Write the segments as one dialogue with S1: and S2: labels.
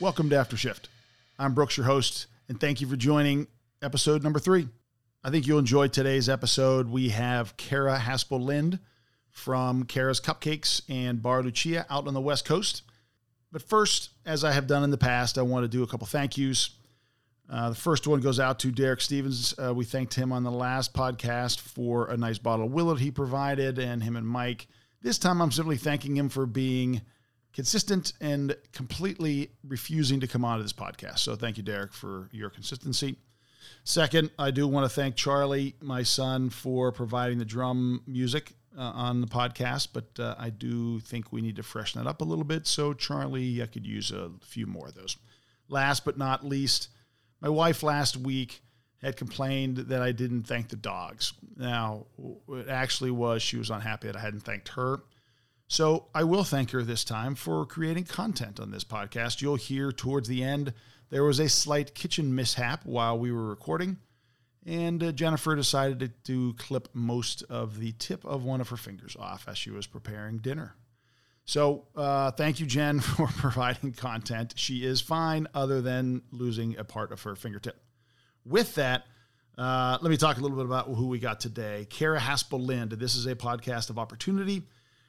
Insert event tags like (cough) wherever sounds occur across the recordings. S1: Welcome to After Shift. I'm Brooks, your host, and thank you for joining episode number three. I think you'll enjoy today's episode. We have Kara Haspel Lind from Kara's Cupcakes and Bar Lucia out on the West Coast. But first, as I have done in the past, I want to do a couple thank yous. Uh, the first one goes out to Derek Stevens. Uh, we thanked him on the last podcast for a nice bottle of Willet he provided, and him and Mike. This time, I'm simply thanking him for being consistent and completely refusing to come on to this podcast. So, thank you, Derek, for your consistency. Second, I do want to thank Charlie, my son, for providing the drum music uh, on the podcast, but uh, I do think we need to freshen that up a little bit. So, Charlie, I could use a few more of those. Last but not least, my wife last week had complained that I didn't thank the dogs. Now, w- it actually was she was unhappy that I hadn't thanked her. So I will thank her this time for creating content on this podcast. You'll hear towards the end there was a slight kitchen mishap while we were recording, and uh, Jennifer decided to, to clip most of the tip of one of her fingers off as she was preparing dinner. So uh, thank you, Jen, (laughs) for providing content. She is fine, other than losing a part of her fingertip. With that, uh, let me talk a little bit about who we got today. Kara Haspel Lind. This is a podcast of opportunity.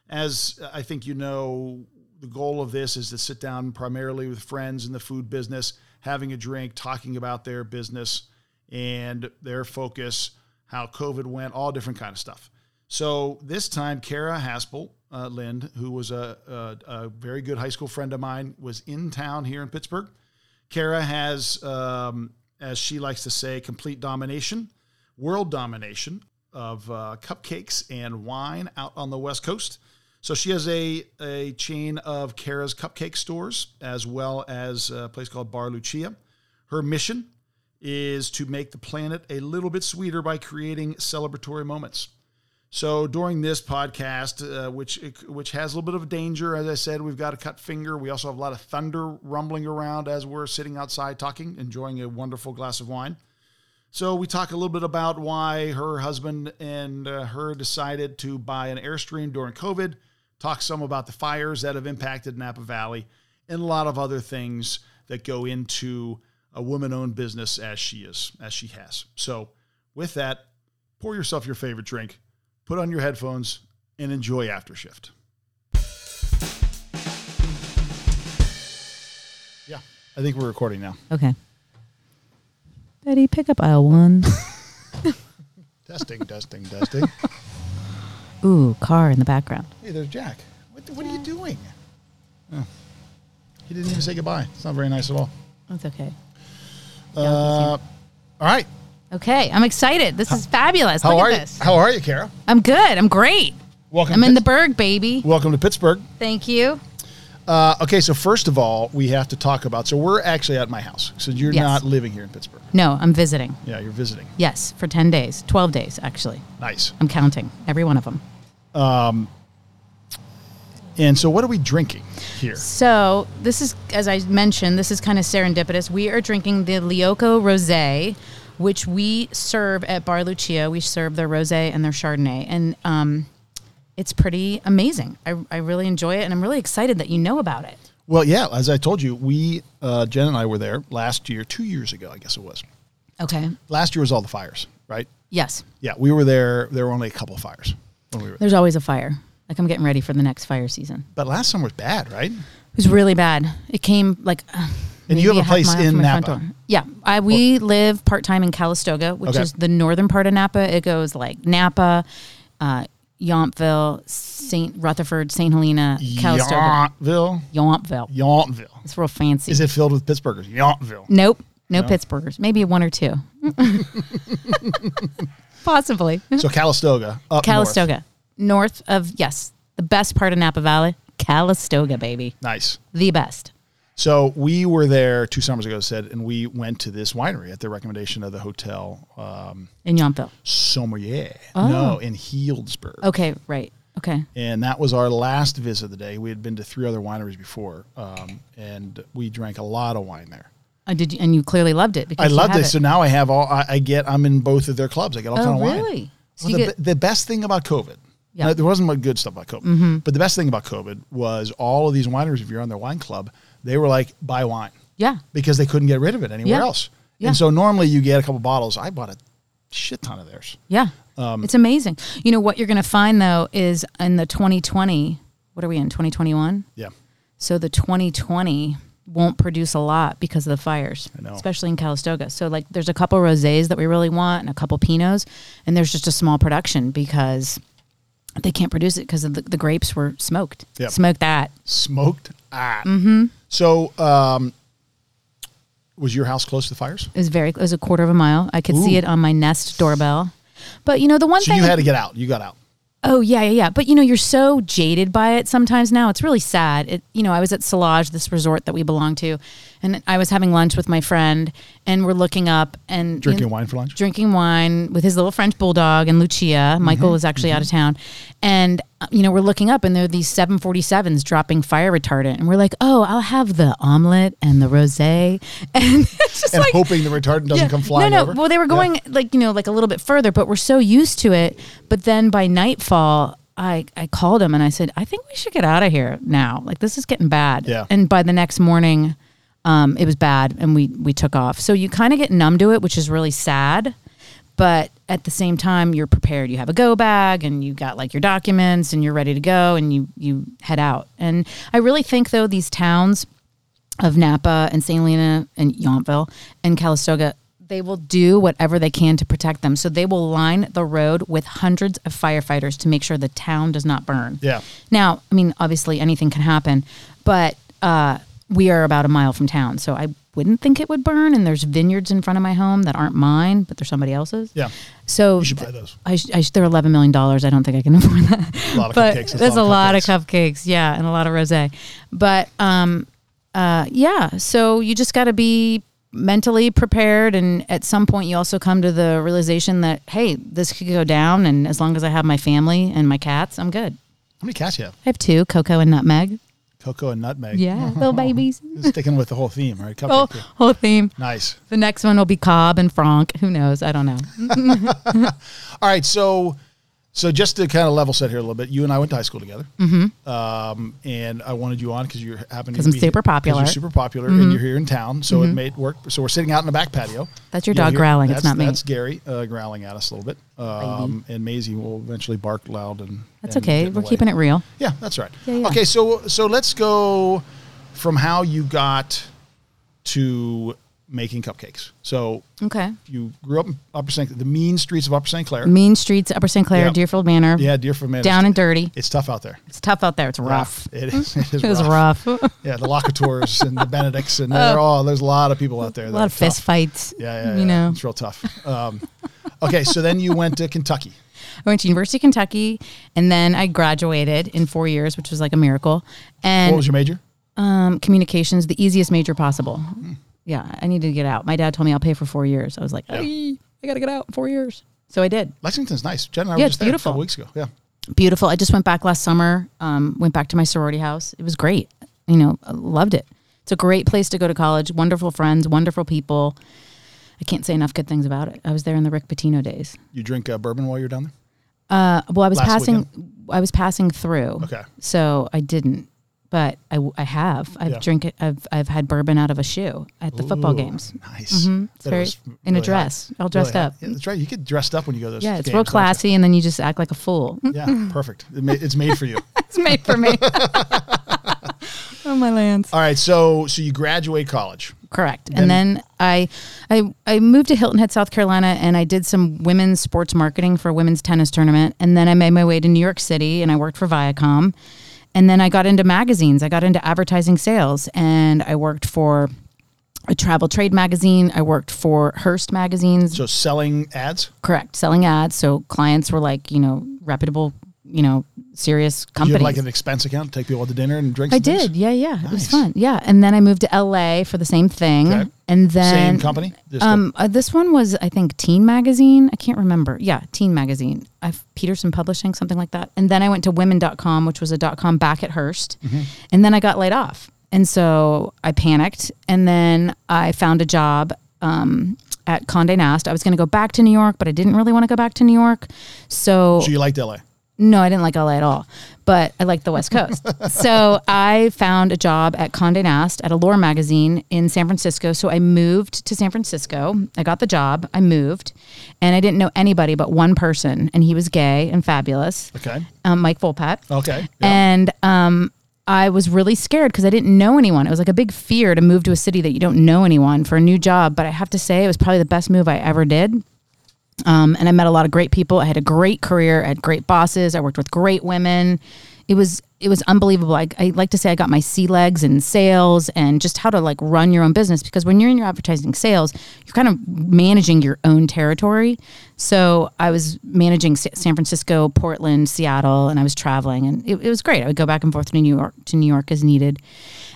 S1: As I think you know, the goal of this is to sit down primarily with friends in the food business, having a drink, talking about their business and their focus, how COVID went, all different kind of stuff. So this time, Kara Haspel uh, Lind, who was a, a, a very good high school friend of mine, was in town here in Pittsburgh. Kara has, um, as she likes to say, complete domination, world domination of uh, cupcakes and wine out on the West Coast. So she has a, a chain of Kara's cupcake stores, as well as a place called Bar Lucia. Her mission is to make the planet a little bit sweeter by creating celebratory moments. So during this podcast, uh, which which has a little bit of danger, as I said, we've got a cut finger. We also have a lot of thunder rumbling around as we're sitting outside talking, enjoying a wonderful glass of wine. So we talk a little bit about why her husband and uh, her decided to buy an airstream during COVID. Talk some about the fires that have impacted Napa Valley, and a lot of other things that go into a woman-owned business as she is, as she has. So with that, pour yourself your favorite drink put on your headphones and enjoy after shift yeah i think we're recording now
S2: Okay. Betty, pick up aisle
S1: (laughs)
S2: one.
S1: testing testing testing
S2: Ooh, car in the background.
S1: hey there's jack what, the- what are you doing Oh. he didn't even say goodbye it's not very nice at all
S2: That's okay.
S1: uh, all right
S2: Okay, I'm excited. This is fabulous.
S1: how
S2: Look
S1: are
S2: at
S1: you
S2: this.
S1: how are you kara
S2: I'm good. I'm great.
S1: welcome
S2: I'm
S1: to
S2: in the
S1: Pitts-
S2: Berg, baby.
S1: welcome to pittsburgh
S2: Thank you.
S1: uh, okay so first of all we have to talk about so we're actually at my house so you're
S2: Yes.
S1: not living here in pittsburgh
S2: No, I'm visiting.
S1: yeah you're visiting
S2: Yes, for 10 days, 12 days, actually.
S1: nice
S2: I'm counting every one of them.
S1: and so what are we drinking here
S2: So, this is, as I mentioned, this is kind of serendipitous. We are drinking the Lioco Rosé, which we serve at Bar Lucia. We serve their rosé and their Chardonnay. And um, it's pretty amazing. I, I really enjoy it, and I'm really excited that you know about it.
S1: Well, yeah, as I told you, we uh, Jen and I were there last year, two years ago, I guess it was.
S2: Okay.
S1: Last year was all the fires, right?
S2: Yes.
S1: Yeah, we were there. There were only a couple of fires when we were.
S2: There's always a fire. Like, I'm getting ready for the next fire season.
S1: But last summer was bad, right?
S2: It was really bad. It came like. Uh,
S1: And you have
S2: maybe
S1: a
S2: half
S1: place
S2: mile
S1: in
S2: from my front
S1: Napa.
S2: door. Yeah, I, we live part time in Calistoga, which
S1: Okay.
S2: is the northern part of Napa. It goes like Napa, uh, Yountville, Saint Rutherford, Saint Helena, Calistoga,
S1: Yountville,
S2: Yountville.
S1: Yountville.
S2: It's real fancy.
S1: Is it filled with Pittsburghers? Yountville.
S2: nope, no, Pittsburghers. Maybe one or two, (laughs) possibly.
S1: So Calistoga, up north.
S2: Calistoga, north of yes, the best part of Napa Valley, Calistoga, baby,
S1: Nice.
S2: the best.
S1: So we were there two summers ago, said, and we went to this winery at the recommendation of the hotel um,
S2: In Yountville.
S1: Sommelier. No, in Healdsburg.
S2: Oh. Okay, right. Okay.
S1: and that was our last visit of the day. We had been to three other wineries before, um, and we drank a lot of wine there.
S2: Uh, did you, and you clearly loved it because
S1: I
S2: you
S1: loved
S2: have
S1: it. So now I have all. I, I get. I'm in both of their clubs. I get all
S2: Oh,
S1: kind of wine.
S2: really? So
S1: Well,
S2: you
S1: the,
S2: get-
S1: be- the best thing about COVID.
S2: Yeah. Mm-hmm.
S1: now, there wasn't much good stuff about COVID, but the best thing about COVID was all of these wineries. If you're on their wine club, they were like buy wine.
S2: Yeah.
S1: because they couldn't get rid of it anywhere
S2: Yeah.
S1: else.
S2: Yeah.
S1: And so normally you get a couple bottles. I bought a shit ton of theirs.
S2: Yeah.
S1: um,
S2: it's amazing. You know what you're going to find though is in the 2020, what are we in 2021?
S1: Yeah.
S2: So the 2020 won't produce a lot because of the fires,
S1: I know.
S2: especially in Calistoga. So like there's a couple rosés that we really want and a couple pinots and there's just a small production because they can't produce it because the, the grapes were smoked.
S1: Yep.
S2: Smoke that.
S1: Smoked. Ah. Mm-hmm. So, um, was your house close to the fires?
S2: It was very it was a quarter of a mile. I could see
S1: Ooh.
S2: it on my Nest doorbell. But you know the one
S1: So
S2: thing
S1: you had to get out. You got out.
S2: Oh yeah, yeah, yeah. But you know, you're so jaded by it sometimes now. It's really sad. It, you know, I was at Solage, this resort that we belong to, and I was having lunch with my friend, and we're looking up and
S1: Drinking
S2: you know,
S1: wine for lunch. Mm-hmm,
S2: drinking wine with his little French bulldog and Lucia. Michael is actually out of town, and uh, you know, we're looking up, and there are these 747s dropping fire retardant, and we're like, oh, I'll have the omelet and the rosé, (laughs) and it's just
S1: and
S2: like
S1: hoping the retardant doesn't come flying
S2: no, no.
S1: over.
S2: Well, they were
S1: Yeah.
S2: going like you know like a little bit further, but we're so used to it. But then by nightfall, I I called him and I said, I think we should get out of here now. Like this is getting bad.
S1: Yeah.
S2: And by the next morning, um, it was bad, and we we took off. So you kind of get numb to it, which is really sad. But at the same time, you're prepared. You have a go bag, and you got like your documents, and you're ready to go, and you you head out. And I really think though these towns of Napa and St. Helena and Yountville and Calistoga, they will do whatever they can to protect them. So they will line the road with hundreds of firefighters to make sure the town does not burn.
S1: Yeah.
S2: Now, I mean, obviously anything can happen, but uh, we are about a mile from town, so I wouldn't think it would burn. And there's vineyards in front of my home that aren't mine, but they're somebody else's.
S1: Yeah.
S2: So
S1: You should buy those.
S2: I, sh- I sh- they're eleven million dollars. I don't think I can (laughs) afford that
S1: A lot of
S2: but
S1: cupcakes.
S2: there's a lot of cupcakes, yeah, and a lot of rosé. But um, uh, yeah, so you just got to be mentally prepared, and at some point, you also come to the realization that hey, this could go down, and as long as I have my family and my cats, I'm good.
S1: How many cats you have?
S2: I have two, Coco and Nutmeg.
S1: Cocoa and nutmeg. Hmm.
S2: Yeah, (laughs) little babies.
S1: Sticking with the whole theme, right? Cupcake.
S2: Oh,
S1: yeah.
S2: whole theme.
S1: Nice.
S2: The next one will be Cobb and Franck. Who knows? I don't know.
S1: All right, so so just to kind of level set here a little bit, you and I went to high school together, mm-hmm. um, and I wanted you on because you happen to
S2: 'Cause I'm
S1: be
S2: super
S1: 'cause
S2: popular. Mm-hmm.
S1: You're super popular, and you're here in town, so it made work. So we're sitting out in the back patio.
S2: That's your
S1: You'll
S2: dog
S1: hear-
S2: growling, it's
S1: that's-
S2: not me.
S1: That's Gary uh, growling at us a little bit, um, and Maisie will eventually bark loud and.
S2: That's okay. We're keeping it real.
S1: Yeah, that's right.
S2: Yeah, yeah.
S1: Okay, so so let's go from how you got to making cupcakes. So
S2: Okay.
S1: you grew up in Upper St. the mean streets of Upper St. Clair.
S2: Mean Streets, Upper St. Clair,
S1: Yeah.
S2: Deerfield Manor.
S1: Yeah, Deerfield Manor.
S2: Down
S1: It's-
S2: and dirty.
S1: It's tough out there.
S2: It's tough out there. It's rough.
S1: It is. (laughs) It is
S2: (laughs) It was
S1: rough.
S2: rough. (laughs) Oh.
S1: Yeah, the locators and the Benedicts and they're all. There's a lot of people out there.
S2: a lot of fist fights.
S1: Yeah, yeah, yeah.
S2: You know,
S1: it's real tough. Um, okay, so then you went to
S2: (laughs)
S1: Kentucky.
S2: I went to University of Kentucky, and then I graduated in four years, which was like a miracle.
S1: What
S2: And
S1: was your major?
S2: um, communications, the easiest major possible.
S1: Hmm.
S2: Yeah, I needed to get out. My dad told me I'll pay for four years. I was like, "Ay, I gotta get out in four years. So I did.
S1: Lexington's nice. Jen and I
S2: Yeah,
S1: were
S2: it's
S1: just there a
S2: beautiful.
S1: couple weeks ago. Yeah,
S2: Beautiful. I just went back last summer. Um, went back to my sorority house. It was great. You know, I loved it. It's a great place to go to college. Wonderful friends. Wonderful people. I can't say enough good things about it. I was there in the Rick Pitino days.
S1: you drink uh, bourbon while you're down there.
S2: Uh, well, I was
S1: Last
S2: passing. I was passing through.
S1: Okay.
S2: So I didn't, but I, w- I have. I've
S1: Yeah.
S2: drink. it- I've I've had bourbon out of a shoe at the football
S1: Ooh,
S2: games.
S1: Nice.
S2: Mm-hmm. It's
S1: That
S2: very,
S1: was
S2: in
S1: really
S2: a
S1: hot.
S2: dress, all
S1: Really
S2: dressed
S1: hot.
S2: up.
S1: Yeah, that's right. You get dressed up when you go to those.
S2: Yeah, it's
S1: games,
S2: real
S1: don't you?
S2: classy, and then you just act like a fool. (laughs)
S1: Yeah, perfect. It ma- It's made for you.
S2: it's made for
S1: (laughs)
S2: me. oh my lands!
S1: All right, so so you graduate college.
S2: Correct. And then I, I, I moved to Hilton Head, South Carolina, and I did some women's sports marketing for a women's tennis tournament. And then I made my way to New York City, and I worked for Viacom. And then I got into magazines. I got into advertising sales, and I worked for a travel trade magazine. I worked for Hearst magazines.
S1: So selling ads.
S2: Correct, selling ads. So clients were like, you know, reputable, you know, serious
S1: You
S2: companies.
S1: had like an expense account, take people out to dinner and drinks.
S2: I
S1: and things?
S2: did. Yeah, yeah. It
S1: Nice.
S2: was fun. Yeah. And then I moved to LA for the same thing.
S1: Okay.
S2: And then
S1: Same company. Just a-
S2: Um, uh, this one was, I think, Teen Magazine. I can't remember. Yeah, Teen Magazine. I've Peterson Publishing, something like that. And then I went to women.com, which was a dot com back at Hearst.
S1: Mm-hmm.
S2: And then I got laid off. And so I panicked. And then I found a job um, at Conde Nast. I was going to go back to New York, but I didn't really want to go back to New York. So,
S1: so you liked LA.
S2: No, I didn't like LA at all, but I liked the West Coast. so I found a job at Condé Nast at Allure magazine in San Francisco. So I moved to San Francisco. I got the job. I moved, and I didn't know anybody but one person, and he was gay and fabulous.
S1: Okay.
S2: Um, Mike Volpat.
S1: Okay. Oh, Yeah.
S2: And um, I was really scared because I didn't know anyone. It was like a big fear to move to a city that you don't know anyone for a new job. But I have to say, it was probably the best move I ever did. Um, and I met a lot of great people. I had a great career. I had great bosses. I worked with great women. It was it was unbelievable. I, I like to say I got my sea legs in sales and just how to like run your own business because when you're in your advertising sales, you're kind of managing your own territory. So I was managing Sa- San Francisco, Portland, Seattle, and I was traveling, and it, it was great. I would go back and forth to New York to New York as needed.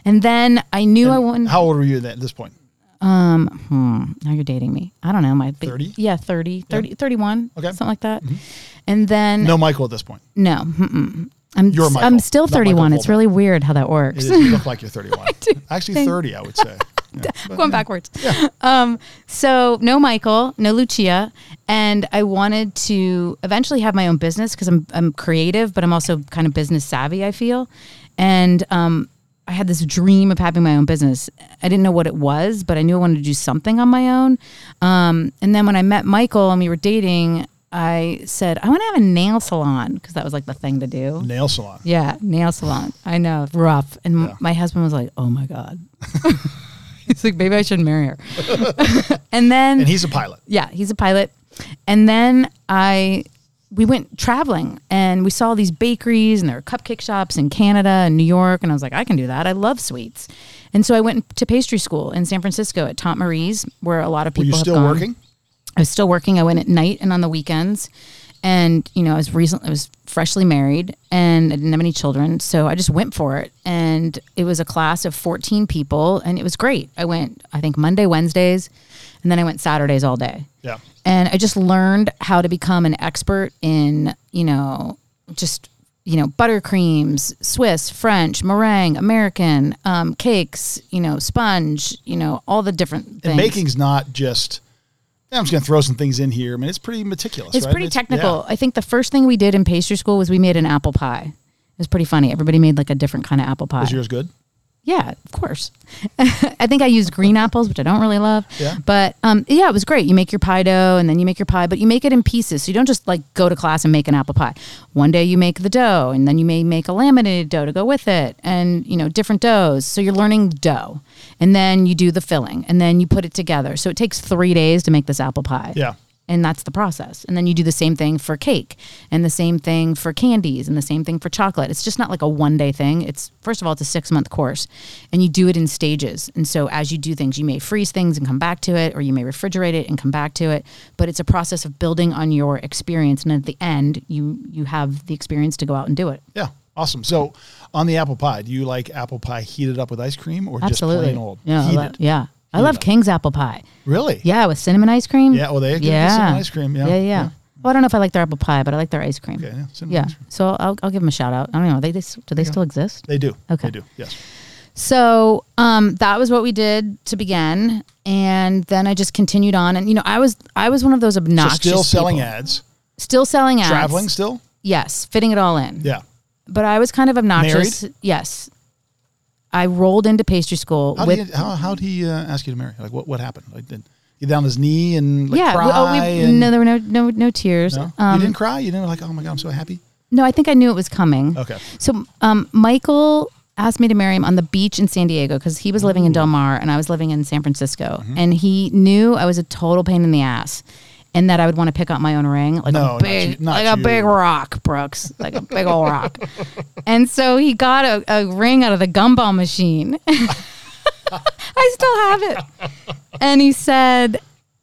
S2: And then I knew I wanted.
S1: How old were you at this point?
S2: Hmm, Now you're dating me. I don't know. My big-
S1: 30?
S2: Yeah, 30, 30 31,
S1: Okay. Mm-hmm.
S2: something like that. And then, no.
S1: No, Michael at this
S2: (laughs)
S1: point.
S2: mm-mm. I'm,
S1: You're
S2: s-
S1: Michael,
S2: I'm still
S1: not Michael
S2: 31. It's
S1: Fulmer.
S2: really weird how that works.
S1: It is, you look like you're 31. (laughs) Actually, 30, I would say. Yeah.
S2: Going backwards. (laughs) Um, so, no Michael, no Lucia. And I wanted to eventually have my own business because I'm, I'm creative, but I'm also kind of business savvy, I feel. And um, I had this dream of having my own business. I didn't know what it was, but I knew I wanted to do something on my own. Um, and then when I met Michael and we were dating, I said, I want to have a nail salon because that was like the thing to do.
S1: Nail salon.
S2: Yeah, nail salon. I know, rough. And m
S1: Yeah.
S2: my husband was like, "Oh my god." (laughs) He's like, "Maybe I shouldn't marry her." (laughs) and then
S1: And he's a pilot.
S2: yeah, he's a pilot. And then I we went traveling and we saw these bakeries and there were cupcake shops in Canada and New York and I was like, I can do that. I love sweets. And so I went to pastry school in San Francisco at Tante Marie's where a lot of
S1: Were
S2: people
S1: you
S2: have
S1: still
S2: gone.
S1: working?
S2: I was still working. I went at night and on the weekends. And, you know, I was recently, I was freshly married and I didn't have any children. So I just went for it. And it was a class of 14 people and it was great. I went, I think, Monday, Wednesdays, and then I went Saturdays all day.
S1: Yeah.
S2: And I just learned how to become an expert in, you know, just, you know, buttercreams, Swiss, French, meringue, American, um, cakes, you know, sponge, you know, all the different things.
S1: And making's not just, "Yeah, I'm just going to throw some things in here. I mean, it's pretty meticulous,
S2: It's
S1: right?
S2: pretty technical. I think the first thing we did in pastry school was we made an apple pie. It was pretty funny. Everybody made like a different kind of apple pie.
S1: Is yours good?
S2: yeah, of course. (laughs) I think I used green apples, which I don't really love.
S1: Yeah.
S2: But um, yeah, it was great. You make your pie dough and then you make your pie, but you make it in pieces. So you don't just like go to class and make an apple pie. One day you make the dough and then you may make a laminated dough to go with it and, you know, different doughs. So you're learning dough and then you do the filling and then you put it together. So it takes three days to make this apple pie
S1: Yeah.
S2: and that's the process and then you do the same thing for cake and the same thing for candies and the same thing for chocolate it's just not like a one day thing it's first of all it's a six month course and you do it in stages and so as you do things you may freeze things and come back to it or you may refrigerate it and come back to it but it's a process of building on your experience and at the end you you have the experience to go out and do it
S1: Yeah. Awesome. So on the apple pie, do you like apple pie heated up with ice cream or
S2: absolutely
S1: just plain old?
S2: yeah I
S1: Heated.
S2: love, yeah i love king's apple pie
S1: Really?
S2: yeah with cinnamon ice cream
S1: Yeah, well, they give you
S2: Hmm. yeah
S1: cinnamon ice cream, yeah,
S2: yeah yeah,
S1: yeah.
S2: Well, I don't know if I like their apple pie, but I like their ice cream.
S1: Okay, yeah, cinnamon
S2: Yeah.
S1: ice cream.
S2: So I'll, I'll give them a shout out. I don't know. They, they s- do they still exist?
S1: They do.
S2: Okay.
S1: They do. Yes.
S2: So um, that was what we did to begin, and then I just continued on. And you know, I was I was one of those
S1: So
S2: obnoxious.
S1: still selling
S2: people.
S1: ads,
S2: Still selling ads.
S1: traveling still?
S2: Yes, fitting it all in.
S1: Yeah.
S2: But I was kind of obnoxious.
S1: Married?
S2: Yes. I rolled into pastry school
S1: How
S2: with
S1: did he, how, how did he uh, ask you to marry? Like what what happened? Like did he down his knee and like
S2: yeah. we-
S1: cry?
S2: oh, we,
S1: and,
S2: no, there were no no no tears.
S1: No?
S2: Um,
S1: you didn't cry. You didn't like. Oh my god, I'm so happy.
S2: no, I think I knew it was coming.
S1: Okay.
S2: So um, Michael asked me to marry him on the beach in San Diego because he was
S1: Mm.
S2: living in Del Mar and I was living in San Francisco.
S1: Mm-hmm.
S2: And he knew I was a total pain in the ass and that I would want to pick up my own ring. Like
S1: No,
S2: a
S1: not
S2: big
S1: you- not
S2: like
S1: you.
S2: a big rock, Brooks. Like a big old
S1: (laughs)
S2: rock. And so he got a, a ring out of the gumball machine. (laughs) I still have it. And he said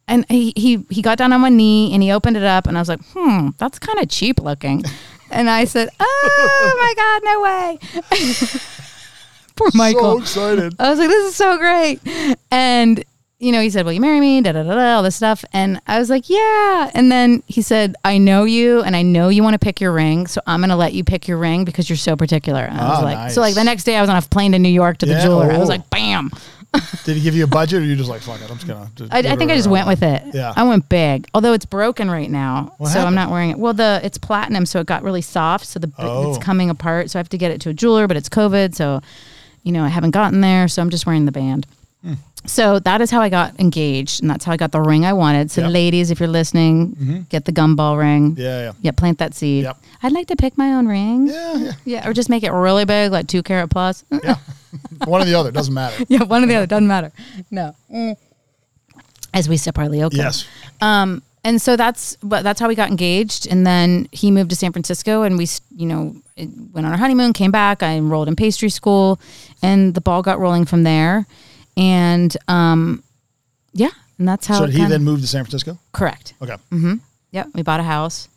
S2: and he, he he got down on one knee and he opened it up and I was like, hmm, that's kind of cheap looking. And I said, (laughs) Oh my God, no way. (laughs) Poor (laughs) Michael.
S1: excited.
S2: I was like, this is so great. And, you know, he said, will you marry me? Da, da, da, da, all this stuff. And I was like, yeah. And then he said, I know you and I know you want to pick your ring. So I'm going to let you pick your ring because you're so particular. And I was
S1: Ah,
S2: like, so
S1: nice.
S2: like the next day I was on a plane to New York to the
S1: Yeah,
S2: jeweler. I
S1: oh.
S2: was like, bam,
S1: Did he give you a budget, or you just like, fuck it, I'm just gonna? Just
S2: I, I think I just went with it.
S1: Yeah.
S2: I went big, although it's broken right now,
S1: What
S2: so
S1: happened?
S2: I'm not wearing it. Well, the it's platinum, so it got really soft, so the b-
S1: Oh.
S2: it's coming apart. So I have to get it to a jeweler, but it's COVID, so you know I haven't gotten there. So I'm just wearing the band.
S1: Hmm.
S2: So that is how I got engaged, and that's how I got the ring I wanted. So,
S1: Yeah.
S2: ladies, if you're listening, get the gumball ring.
S1: Mm-hmm.
S2: (laughs)
S1: Yeah,
S2: Yeah, plant that seed.
S1: Yep.
S2: I'd like to pick my own ring.
S1: yeah, yeah,
S2: Yeah, or just make it really big, like two carat plus. (laughs)
S1: yeah. yeah. (laughs) One or the other doesn't matter.
S2: yeah, one or the other doesn't matter. No. Mm. As we sip our Leoka.
S1: Yes.
S2: Um, and so that's but that's how we got engaged, and then he moved to San Francisco, and we s- you know it- went on our honeymoon, came back. I enrolled in pastry school, and the ball got rolling from there, and um, yeah, and that's how.
S1: So
S2: it
S1: did he
S2: kinda-
S1: then moved to San Francisco?
S2: correct.
S1: Okay.
S2: Yep, we bought a house,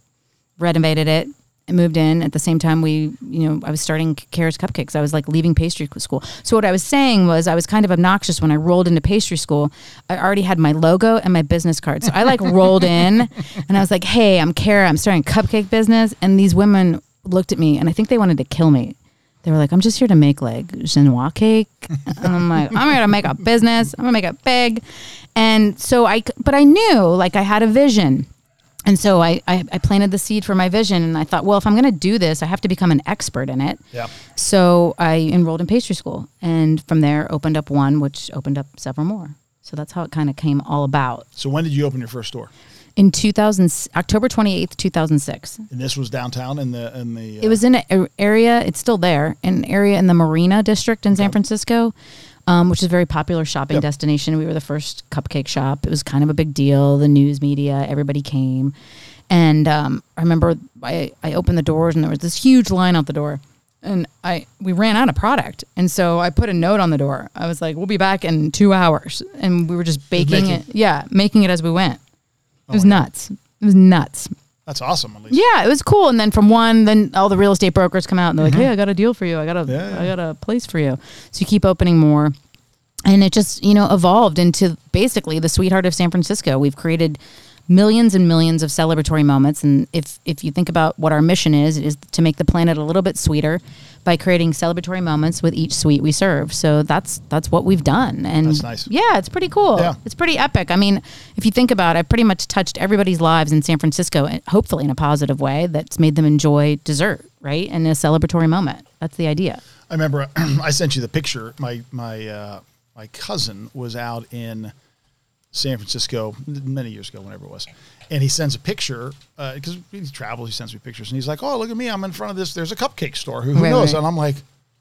S2: renovated it, and moved in. At the same time, we, you know, I was starting Kara's Cupcakes. I was like leaving pastry school. So what I was saying was, I was kind of obnoxious when I rolled into pastry school. I already had my logo and my business card, so I like rolled in, and I was like, "Hey, I'm Kara. I'm starting a cupcake business." And these women looked at me, and I think they wanted to kill me. They were like, "I'm just here to make like chinois cake," (laughs) and I'm like, "I'm here to make a business. I'm gonna make it big." And so I, c- but I knew like I had a vision. And so I, I, I planted the seed for my vision and I thought, well, if I'm going to do this, I have to become an expert in it.
S1: Yeah.
S2: So I enrolled in pastry school and from there opened up one, which opened up several more. So that's how it kind of came all about.
S1: So when did you open your first store?
S2: In 2000, October 28th, 2006,
S1: And this was downtown in the in the. Uh,
S2: it was in an area, it's still there, an area in the Marina district in San Francisco, um, which is a very popular shopping
S1: Yep.
S2: destination. We were the first cupcake shop. It was kind of a big deal. The news media, everybody came. And um, I remember I, I opened the doors and there was this huge line out the door. And I we ran out of product. And so I put a note on the door. I was like, we'll be back in two hours. And we were just baking
S1: making- Oh
S2: it. Yeah, making it as we went. It was nuts. It was nuts.
S1: That's awesome. At least.
S2: Yeah, it was cool. And then from one, then all the real estate brokers come out and they're like, "Hey, I got a deal for you. I got a,
S1: Mm-hmm. Yeah, yeah.
S2: I got a place for you." So you keep opening more, and it just you know evolved into basically the sweetheart of San Francisco. We've created millions and millions of celebratory moments, and if if you think about what our mission is, it is to make the planet a little bit sweeter by creating celebratory moments with each sweet we serve. So that's that's what we've done. And
S1: That's nice.
S2: yeah, it's pretty cool.
S1: Yeah.
S2: It's pretty epic. I mean, if you think about it, I pretty much touched everybody's lives in San Francisco, and hopefully in a positive way that's made them enjoy dessert, right? And a celebratory moment. That's the idea.
S1: I remember (clears throat) I sent you the picture. My my uh, my cousin was out in San Francisco many years ago, whenever it was, and he sends a picture because he travels. He sends me pictures, and he's like, "Oh, look at me! I'm in front of this. There's a cupcake store. Who, who
S2: Right,
S1: knows?"
S2: right.
S1: And I'm like.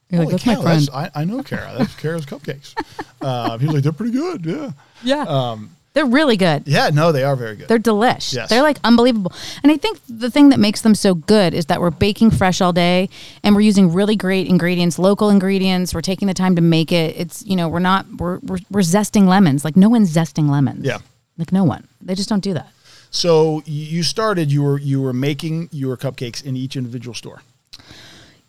S2: You're
S1: Holy
S2: like, "That's my
S1: cow, that's, I, I know Kara. That's (laughs) Kara's cupcakes. Uh, he's like, they're pretty good. Yeah.
S2: Yeah. They're really good.
S1: Yeah, no, they are very good.
S2: They're delish.
S1: Um, Yes.
S2: They're like unbelievable. And I think the thing that makes them so good is that we're baking fresh all day and we're using really great ingredients, local ingredients. We're taking the time to make it. It's, you know, we're not, we're, we're, we're zesting lemons. Like no one's zesting lemons.
S1: Yeah.
S2: Like no one. They just don't do that.
S1: So y- you started, you were you were making your cupcakes in each individual store.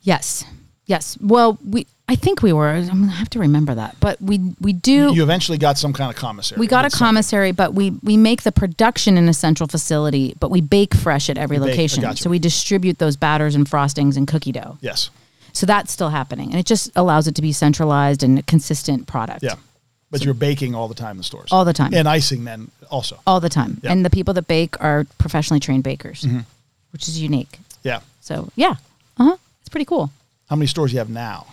S2: Yes. Yes. Well, we, I think we were, I'm going to have to remember that, but we, we do.
S1: You eventually got some kind of commissary.
S2: we got a
S1: That's something.
S2: commissary, but we we make the production in a central facility, but we bake fresh at every
S1: bake, I
S2: location.
S1: gotcha.
S2: So we distribute those batters and frostings and cookie dough.
S1: Yes.
S2: So that's still happening, and it just allows it to be centralized and a consistent product.
S1: Yeah. But you're baking all the time in the stores.
S2: All the time. Oh.
S1: And icing then also.
S2: all the time.
S1: Yeah. Mm-hmm.
S2: And the people that bake are professionally trained bakers, which is unique.
S1: Yeah.
S2: So yeah, uh huh, it's pretty cool.
S1: How many stores you have now?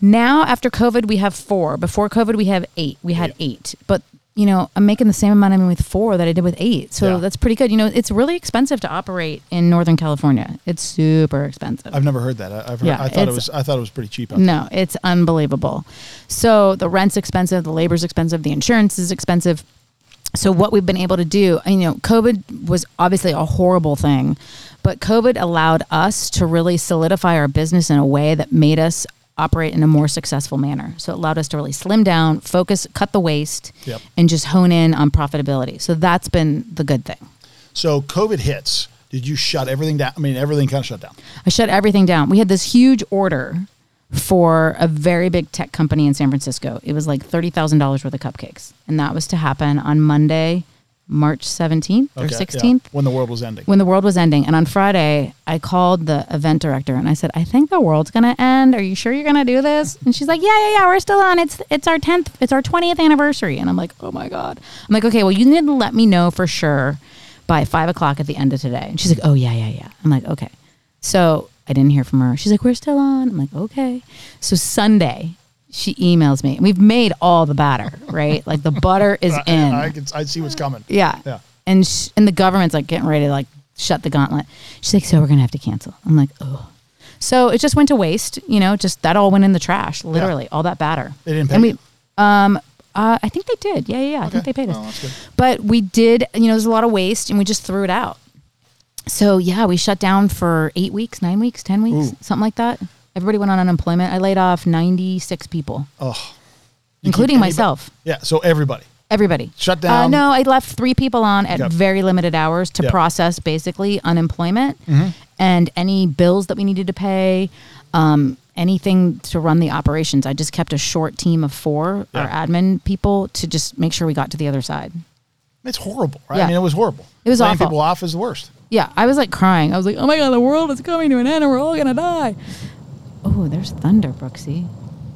S2: Now after COVID, we have four. Before COVID, we have eight. We had
S1: Yeah.
S2: eight, but you know, I'm making the same amount of money with four that I did with eight. So
S1: Yeah.
S2: that's pretty good. You know, it's really expensive to operate in Northern California. It's super expensive.
S1: I've never heard that. I, I've heard,
S2: Yeah,
S1: I thought it
S2: it's-
S1: was I thought it was pretty cheap. out there.
S2: no, it's unbelievable. So the rent's expensive, the labor's expensive, the insurance is expensive. So what we've been able to do, you know, COVID was obviously a horrible thing, but COVID allowed us to really solidify our business in a way that made us operate in a more successful manner. So it allowed us to really slim down, focus, cut the waste,
S1: Yep.
S2: and just hone in on profitability. So that's been the good thing.
S1: So COVID hits. Did you shut everything down? I mean everything kind of shut down.
S2: I shut everything down. We had this huge order for a very big tech company in San Francisco. It was like $30,000 worth of cupcakes. And that was to happen on Monday, March 17th or
S1: Okay, yeah,
S2: 16th
S1: when the world was ending.
S2: when the world was ending. And on Friday, I called the event director and I said, "I think the world's gonna end. Are you sure you're gonna do this?" And she's like, "Yeah, yeah, yeah. We're still on. It's it's our tenth. It's our twentieth anniversary." And I'm like, "Oh my god." I'm like, "Okay, well, you need to let me know for sure by five o'clock at the end of today." And she's like, "Oh yeah, yeah, yeah." I'm like, "Okay." So I didn't hear from her. She's like, "We're still on." I'm like, "Okay." So Sunday. She emails me. We've made all the batter, right? Like the butter
S1: (laughs)
S2: is
S1: I,
S2: in.
S1: I, can, I see what's coming.
S2: Yeah.
S1: Yeah.
S2: And sh- and the government's like getting ready to like shut the gauntlet. She's like, so we're gonna have to cancel. I'm like, oh. So it just went to waste. You know, just that all went in the trash. Literally, all that batter.
S1: They didn't pay
S2: And
S1: you?
S2: we, um, uh, I think they did. Yeah, yeah, yeah. I think
S1: Okay.
S2: they paid us.
S1: Oh, that's good.
S2: But we did. You know, there's a lot of waste, and we just threw it out. So yeah, we shut down for eight weeks, nine weeks, ten weeks,
S1: Ooh.
S2: something like that. Everybody went on unemployment. I laid off 96 people,
S1: Oh,
S2: including
S1: anybody-
S2: myself.
S1: yeah. So everybody.
S2: Everybody
S1: Shut
S2: Uh,
S1: down.
S2: no, I left three people on at
S1: Yep.
S2: very limited hours to
S1: Yep. Mm-hmm.
S2: process basically unemployment and any bills that we needed to pay, um, anything to run the operations. I just kept a short team of four, our
S1: Yeah.
S2: admin people, to just make sure we got to the other side.
S1: It's horrible. Right? I
S2: Yeah.
S1: mean, it was horrible.
S2: It was
S1: Laying
S2: awful.
S1: people off is the worst.
S2: Yeah, I was like crying. I was like, "Oh my god, the world is coming to an end, and we're all gonna die." Oh, there's thunder, Brooksy.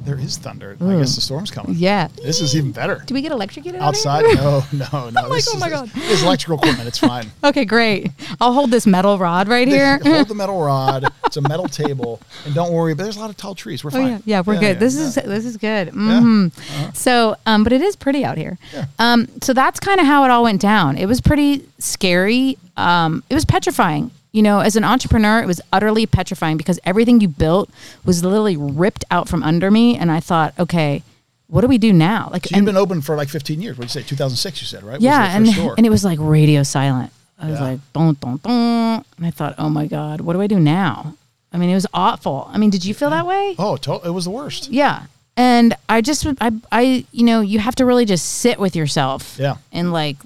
S1: There is thunder. I
S2: Ooh.
S1: guess the storm's coming.
S2: Yeah.
S1: This is even better.
S2: Do we get electrocuted out here?
S1: Outside? No, no, no.
S2: (laughs)
S1: this
S2: I'm like, oh
S1: is,
S2: my God.
S1: This is electrical equipment. It's fine.
S2: okay, great. I'll hold this metal rod right here.
S1: (laughs)
S2: (laughs)
S1: Hold the metal rod. It's a metal table, and don't worry. But there's a lot of tall trees. We're
S2: Oh
S1: fine.
S2: yeah, yeah, we're good. this is
S1: yeah. Uh-huh.
S2: this is good. hmm So, um, but it is pretty out here. Um, so that's kind of how it all went down. It was pretty scary. Um, it was petrifying. You know, as an entrepreneur, it was utterly petrifying because everything you built was literally ripped out from under me, and I thought, okay, what do we do now? Like,
S1: So you've been open for like 15 years. What'd you say? 2006. You said right? Was your
S2: yeah,
S1: first
S2: and (laughs)
S1: store?
S2: and it was like radio silent. I was
S1: Yeah.
S2: like, dun, dun, dun. and I thought, oh my god, what do I do now? I mean, it was awful. I mean, did you feel that way?
S1: oh, to- it was the worst.
S2: Yeah. And I just, I, I, you know, you have to really just sit with yourself.
S1: Yeah.
S2: And like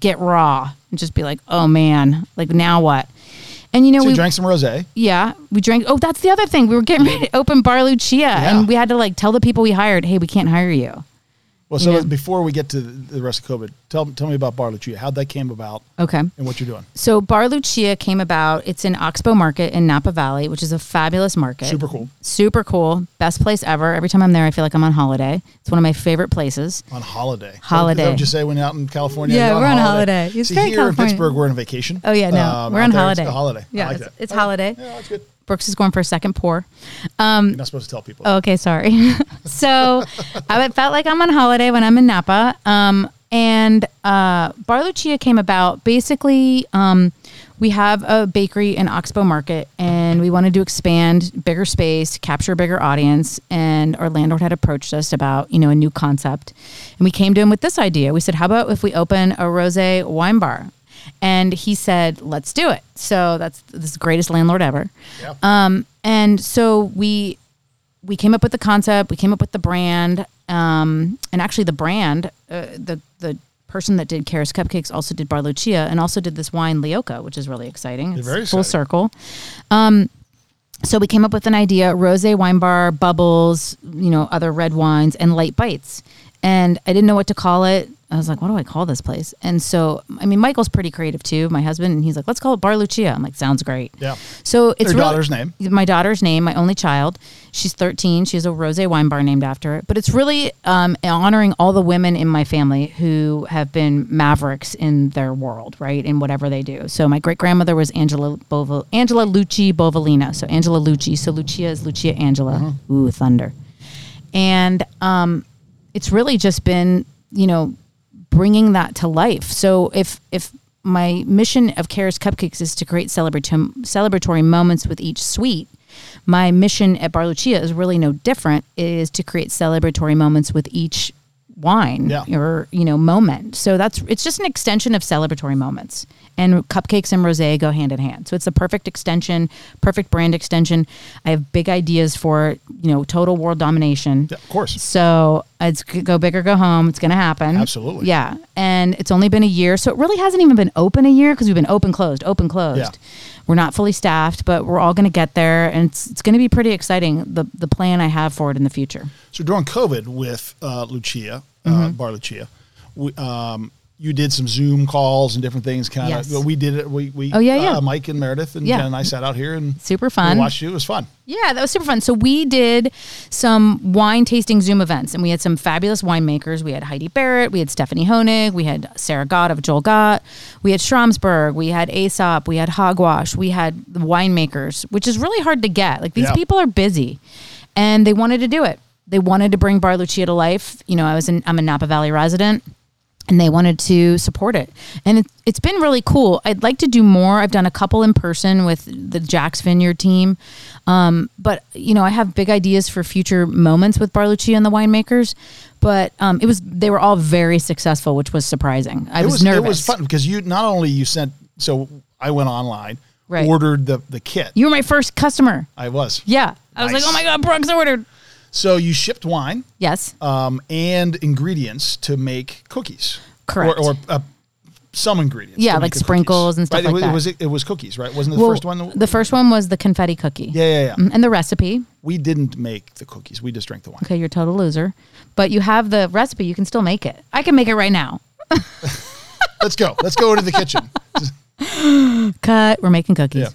S2: get raw and just be like, oh man, like now what? And you know,
S1: So
S2: we,
S1: you drank some rosé.
S2: yeah, we drank. Oh, that's the other thing. We were getting ready to open Bar Lucia and we had to like tell the people we hired, hey, we can't hire you.
S1: Well, so
S2: Yeah.
S1: before we get to the the rest of COVID, tell tell me about Bar Lucia. How that came about
S2: Okay.
S1: and what you're doing.
S2: So Bar Lucia came about. It's in Oxbow Market in Napa Valley, which is a fabulous market.
S1: Super cool.
S2: Super cool. Best place ever. Every time I'm there, I feel like I'm on holiday. It's one of my favorite places.
S1: On holiday. So
S2: Holiday.
S1: is that what you say when you're out in California?
S2: Yeah,
S1: You're
S2: we're on holiday. It's
S1: See,
S2: great
S1: here in
S2: California.
S1: Pittsburgh, we're on vacation.
S2: Oh yeah, no,
S1: Um,
S2: we're
S1: out
S2: on
S1: there,
S2: holiday.
S1: It's a holiday.
S2: Yeah,
S1: I like
S2: it's,
S1: that.
S2: it's
S1: Okay.
S2: holiday.
S1: Yeah, that's good.
S2: Brooks is going for a second pour. um,
S1: You're not supposed to tell people.
S2: Oh, Okay, sorry. (laughs) so I felt like I'm on holiday when I'm in Napa. Um, and uh, Bar Lucia came about basically. Um, we have a bakery in Oxbow Market, and we wanted to expand bigger space, capture a bigger audience. And our landlord had approached us about you know a new concept, and we came to him with this idea. We said, "How about if we open a rosé wine bar?" And he said, "Let's do it." So that's this greatest landlord ever.
S1: Yeah.
S2: Um, and so we we came up with the concept, we came up with the brand, um, and actually the brand, uh, the the person that did Kara's Cupcakes also did Bar Lucia and also did this wine Lioka, which is really exciting. It's
S1: very
S2: full
S1: exciting.
S2: circle. Um, so we came up with an idea: rosé wine bar, bubbles, you know, other red wines, and light bites. And I didn't know what to call it. I was like, "What do I call this place?" And so, I mean, Michael's pretty creative too. My husband, and he's like, "Let's call it Bar Lucia." I'm like, "Sounds great."
S1: Yeah.
S2: So it's
S1: Your
S2: really-
S1: daughter's name?
S2: My daughter's name, my only child. She's 13. She has a rosé wine bar named after her. But it's really um, honoring all the women in my family who have been mavericks in their world, right? In whatever they do. So my great grandmother was Angela Bovo- Angela Lucci Bovolina. So Angela Lucci. So Lucia is Lucia Angela.
S1: Mm-hmm.
S2: Ooh, thunder. And um, it's really just been, you know, bringing that to life. So if if my mission of Kara's Cupcakes is to create celebratory celebratory moments with each sweet, my mission at Bar Lucia is really no different. It is to create celebratory moments with each wine
S1: Yeah.
S2: or you know moment. So that's it's just an extension of celebratory moments. And cupcakes and rosé go hand in hand. So it's the perfect extension, perfect brand extension. I have big ideas for, it, you know, total world domination.
S1: Yeah, of course.
S2: So it's g- go big or go home. It's going to happen.
S1: Absolutely.
S2: Yeah. And it's only been a year. So it really hasn't even been open a year because we've been open, closed, open, closed.
S1: Yeah.
S2: We're not fully staffed, but we're all going to get there. And it's, it's going to be pretty exciting, the, the plan I have for it in the future. Mm-hmm.
S1: So during COVID with uh, Lucia, uh, Bar Lucia, we, um, you did some Zoom calls and different things, kind of.
S2: Yes.
S1: We did it. We we uh,
S2: Oh, yeah, yeah.
S1: Mike and Meredith and
S2: Yeah.
S1: Jen and I sat out here and
S2: Super
S1: we
S2: fun.
S1: watched you. It was fun.
S2: Yeah, that was super fun. So we did some wine tasting Zoom events, and we had some fabulous winemakers. We had Heidi Barrett, we had Stephanie Honig, we had Sarah Gott of Joel Gott, we had Schramsberg, we had Aesop, we had Hogwash, we had the winemakers, which is really hard to get. Like these
S1: Yeah.
S2: people are busy, and they wanted to do it. They wanted to bring Bar Lucia to life. You know, I was in, I'm a Napa Valley resident and they wanted to support it. And it, it's been really cool. I'd like to do more. I've done a couple in person with the Jack's Vineyard team. Um, but, you know, I have big ideas for future moments with Barlucci and the winemakers. But um, it was they were all very successful, which was surprising. I
S1: It
S2: was,
S1: was
S2: nervous.
S1: It was fun because you not only you sent. So I went online,
S2: Right.
S1: ordered the the kit.
S2: You were my first customer.
S1: I was.
S2: Yeah. I was
S1: Nice.
S2: like, oh my God, Brooks ordered.
S1: So you shipped wine
S2: Yes.
S1: um, and ingredients to make cookies.
S2: Correct.
S1: Or, or uh, some ingredients.
S2: Yeah,
S1: to make
S2: like
S1: the cookies.
S2: sprinkles and stuff
S1: right?
S2: like
S1: it was,
S2: that.
S1: It was, it was cookies, right? Wasn't it the
S2: Well,
S1: first one? that-
S2: The first one was the confetti cookie.
S1: yeah, yeah, yeah.
S2: Mm, And the recipe.
S1: We didn't make the cookies. We just drank the wine.
S2: Okay, you're a total loser. But you have the recipe. You can still make it. I can make it right now.
S1: Let's go. Let's go into the
S2: (laughs)
S1: kitchen.
S2: cut we're making cookies
S1: Yeah.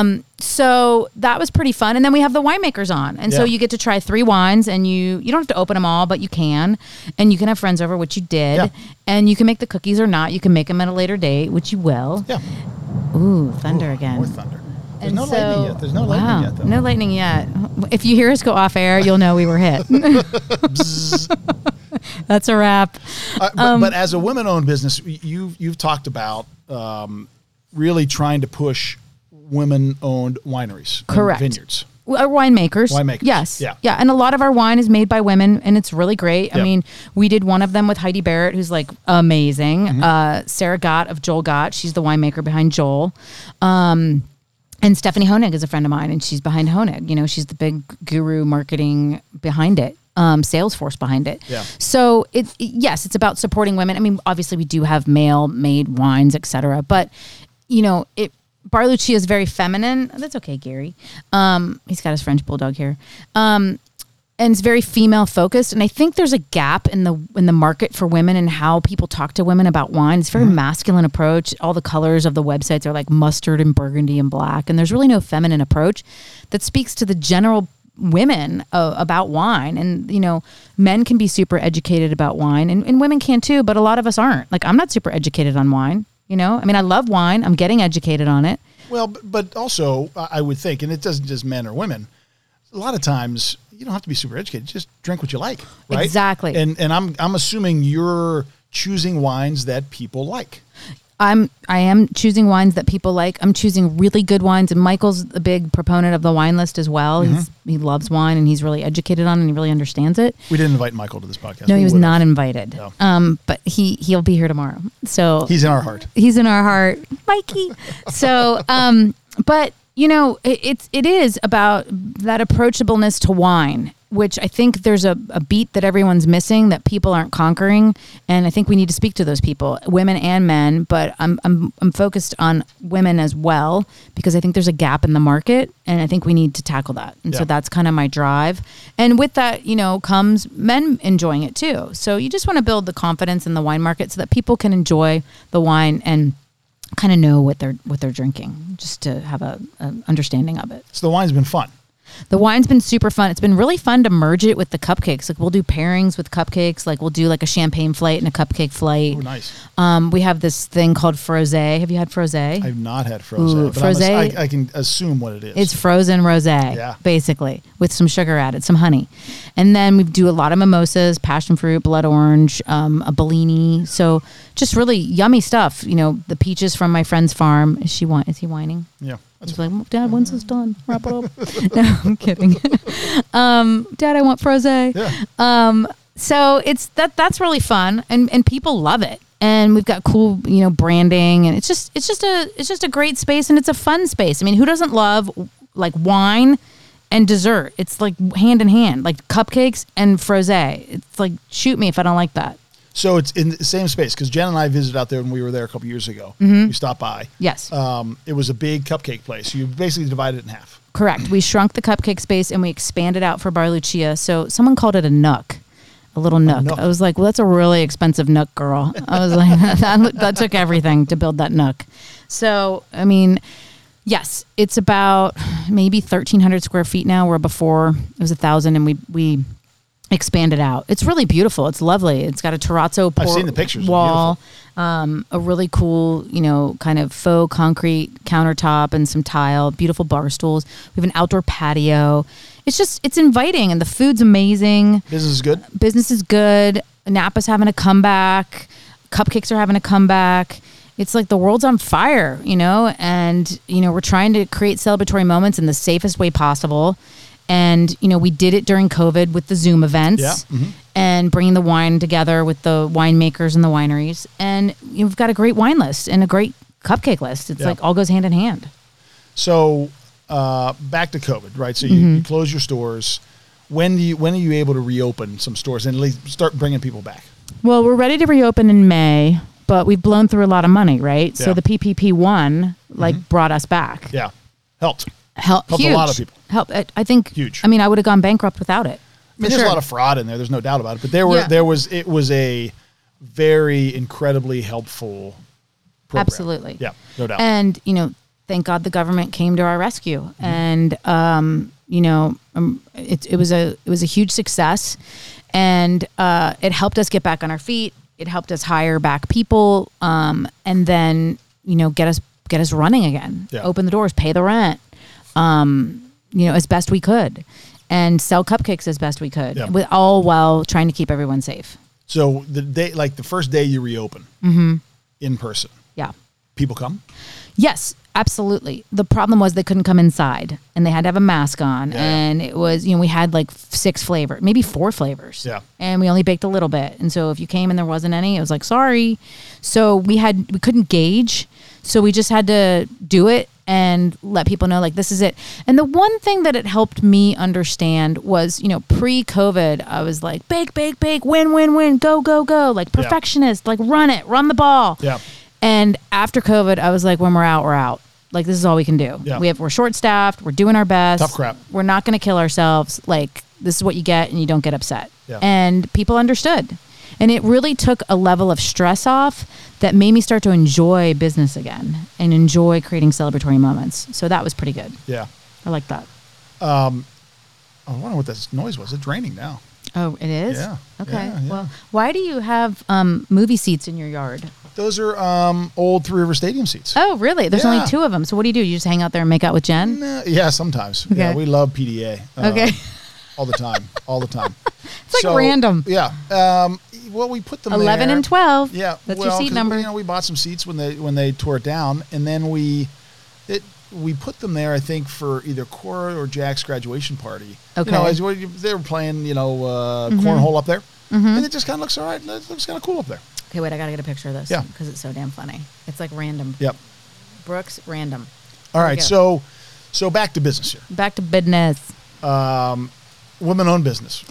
S2: um so that was pretty fun and then we have the winemakers on and so
S1: Yeah.
S2: you get to try three wines and you you don't have to open them all but you can and you can have friends over which you did
S1: Yeah.
S2: and you can make the cookies or not you can make them at a later date which you will
S1: Yeah.
S2: ooh thunder again
S1: More thunder. There's
S2: And
S1: no
S2: so-
S1: lightning yet. There's no
S2: wow,
S1: lightning yet, though.
S2: no lightning yet. If you hear us go off air, you'll know we were
S1: (laughs)
S2: hit. (laughs) That's a wrap.
S1: Uh, but,
S2: um,
S1: but as a women-owned business, y- you've you've talked about um, really trying to push women-owned wineries, and
S2: Correct.
S1: vineyards.
S2: Our Uh, winemakers.
S1: Winemakers,
S2: Yes.
S1: yeah.
S2: Yeah. And a lot of our wine is made by women, and it's really great. I
S1: Yeah.
S2: mean, we did one of them with Heidi Barrett, who's like amazing.
S1: Mm-hmm.
S2: Uh, Sarah Gott of Joel Gott. She's the winemaker behind Joel. Um, and Stephanie Honig is a friend of mine, and she's behind Honig. You know, she's the big guru marketing behind it, um, sales force behind it.
S1: Yeah.
S2: So it's yes, it's about supporting women. I mean, obviously we do have male made wines, etc. But you know, it Barlucci is very feminine. That's okay, Gary. Um, he's got his French bulldog here. Um, and it's very female focused. And I think there's a gap in the in the market for women and how people talk to women about wine. It's a very masculine approach. All the colors of the websites are like mustard and burgundy and black, and there's really no feminine approach that speaks to the general women uh, about wine. And you know, men can be super educated about wine, and, and women can too. But a lot of us aren't. Like I'm not super educated on wine. You know, I mean, I love wine. I'm getting educated on it.
S1: Well, b- but also I I would think, and it doesn't just men or women. A lot of times you don't have to be super educated; just drink what you like, right?
S2: Exactly.
S1: And and I'm I'm assuming you're choosing wines that people like.
S2: I'm I am choosing wines that people like. I'm choosing really good wines, and Michael's a big proponent of the wine list as well. He's, he loves wine, and he's really educated on, it and he really understands it.
S1: We didn't invite Michael to this podcast.
S2: No,
S1: We
S2: he was
S1: would've.
S2: not invited.
S1: No.
S2: Um, but he he'll be here tomorrow. So
S1: He's in our heart.
S2: he's in our heart, Mikey. So, um, but you know, it, it's it is about that approachableness to wine, which I think there's a, a beat that everyone's missing that people aren't conquering, and I think we need to speak to those people, women and men. But I'm I'm I'm focused on women as well because I think there's a gap in the market, and I think we need to tackle that. And so
S1: Yeah.
S2: that's kind of my drive, and with that, you know, comes men enjoying it too. So you just want to build the confidence in the wine market so that people can enjoy the wine and kind of know what they're what they're drinking, just to have a, a understanding of it.
S1: So the wine's been fun.
S2: The wine's been super fun. It's been really fun to merge it with the cupcakes. Like we'll do pairings with cupcakes. Like we'll do like a champagne flight and a cupcake flight.
S1: Oh, nice.
S2: Um, we have this thing called froze. Have you had froze?
S1: I've not had frozen,
S2: Ooh,
S1: but I'm ass-
S2: frosé-
S1: I, I can assume what it is.
S2: It's frozen rosé,
S1: Yeah.
S2: basically, with some sugar added, some honey, and then we do a lot of mimosas, passion fruit, blood orange, um, a Bellini. So just really yummy stuff. You know, the peaches from my friend's farm. Is she whi- Is he whining?
S1: yeah. That's
S2: He's like, Dad, when's this done? Wrap it up. (laughs) no, I'm kidding. um, Dad, I want froze.
S1: yeah.
S2: Um, so it's that that's really fun, and and people love it. And we've got cool, you know, branding, and it's just it's just a it's just a great space, and it's a fun space. I mean, who doesn't love like wine and dessert? It's like hand in hand, like cupcakes and frosé. It's like shoot me if I don't like that.
S1: So it's in the same space because Jen and I visited out there when we were there a couple years ago.
S2: Mm-hmm.
S1: We stopped by.
S2: Yes.
S1: Um, it was a big cupcake place. You basically divide it in half.
S2: Correct. We shrunk the cupcake space and we expanded out for Bar Lucia. So someone called it a nook. a little nook.
S1: nook.
S2: I was like, well, that's a really expensive nook, girl. I was like, (laughs) that, that took everything to build that nook. So, I mean, yes, it's about maybe 1,300 square feet now, where before it was a 1,000 and we, we expanded out. It's really beautiful. It's lovely. It's got a terrazzo
S1: I've
S2: por-
S1: seen the pictures. They're
S2: wall, um, a really cool, you know, kind of faux concrete countertop and some tile, beautiful bar stools. We have an outdoor patio. It's just, it's inviting and the food's amazing
S1: Business is good.
S2: business is good. Napa's having a comeback. Cupcakes are having a comeback. It's like the world's on fire, you know, and you know we're trying to create celebratory moments in the safest way possible. And you know we did it during COVID with the Zoom events
S1: Yeah, mhm.
S2: and bringing the wine together with the winemakers and the wineries. And you've got a great wine list and a great cupcake list. It's
S1: Yeah.
S2: like all goes hand in hand.
S1: So uh, back to COVID, right? So you,
S2: Mm-hmm.
S1: you close your stores. When do you when are you able to reopen some stores and at least start bringing people back?
S2: Well, we're ready to reopen in May, but we've blown through a lot of money, right?
S1: Yeah. Mm-hmm.
S2: So the PPP one like brought us back.
S1: Yeah, helped.
S2: Help,
S1: Helped a
S2: huge.
S1: lot of people.
S2: Help. I, I think
S1: Huge.
S2: I mean, I would have gone bankrupt without it.
S1: I mean,
S2: For
S1: there's
S2: sure.
S1: a lot of fraud in there. There's no doubt about it. But there were
S2: Yeah.
S1: there was it was a very incredibly helpful. Program.
S2: Absolutely.
S1: Yeah, no doubt.
S2: And you know, thank God the government came to our rescue,
S1: Mm-hmm.
S2: and um, you know, um, it, it was a it was a huge success, and uh, it helped us get back on our feet. It helped us hire back people, um, and then you know, get us get us running again.
S1: Yeah.
S2: Open the doors, pay the rent, um, you know, as best we could, and sell cupcakes as best we could,
S1: Yeah.
S2: with all while trying to keep everyone safe.
S1: so the day like the first day you reopen
S2: Mm-hmm.
S1: in person,
S2: Yeah.
S1: people come.
S2: Yes, absolutely. The problem was they couldn't come inside and they had to have a mask on.
S1: Yeah.
S2: And it was, you know, we had like f- six flavor, maybe four flavors.
S1: Yeah.
S2: And we only baked a little bit. And so if you came and there wasn't any, it was like, sorry. So we had, we couldn't gauge. So we just had to do it and let people know like this is it. And the one thing that it helped me understand was, you know, pre-COVID, I was like bake bake bake win win win go go go like perfectionist, like run it, run the ball.
S1: Yeah.
S2: And after COVID, I was like, when we're out, we're out. Like this is all we can do.
S1: Yeah.
S2: We have we're short staffed. We're doing our best.
S1: Tough crap.
S2: We're not going to kill ourselves. Like this is what you get, and you don't get upset.
S1: Yeah.
S2: And people understood, and it really took a level of stress off that made me start to enjoy business again and enjoy creating celebratory moments. So that was pretty good.
S1: Yeah, Oh,
S2: I like that.
S1: I wonder what this noise was. It's raining now.
S2: Oh, it is.
S1: Yeah.
S2: Okay.
S1: Yeah, yeah.
S2: Well, why do you have um, movie seats in your yard?
S1: Those are um, old Three River Stadium seats.
S2: Oh, really? There's
S1: Yeah.
S2: only two of them. So what do you do? You just hang out there and make out with Jen?
S1: Nah, yeah, sometimes. Yeah,
S2: Okay.
S1: we love PDA. uh,
S2: Okay.
S1: all the time, all the
S2: (laughs)
S1: time. It's
S2: like random.
S1: Yeah. Um, well, we put them
S2: 11
S1: there.
S2: and 12.
S1: Yeah.
S2: That's
S1: well,
S2: your
S1: 'cause
S2: seat
S1: we-
S2: number.
S1: You know, we bought some seats when they when they tore it down, and then we it we put them there. I think for either Cora or Jack's graduation party. You know,
S2: Okay. Mm-hmm.
S1: as we- they were playing, you know, uh, cornhole up there, and it just kind of looks all right. It looks kind of cool up there.
S2: okay, wait, I got to get a picture of this
S1: Yeah.
S2: because it's so damn funny. It's like random.
S1: Yep.
S2: Brooks, random.
S1: All
S2: There we
S1: right.
S2: go.
S1: So, so back to business here.
S2: Back to business.
S1: Women-owned business.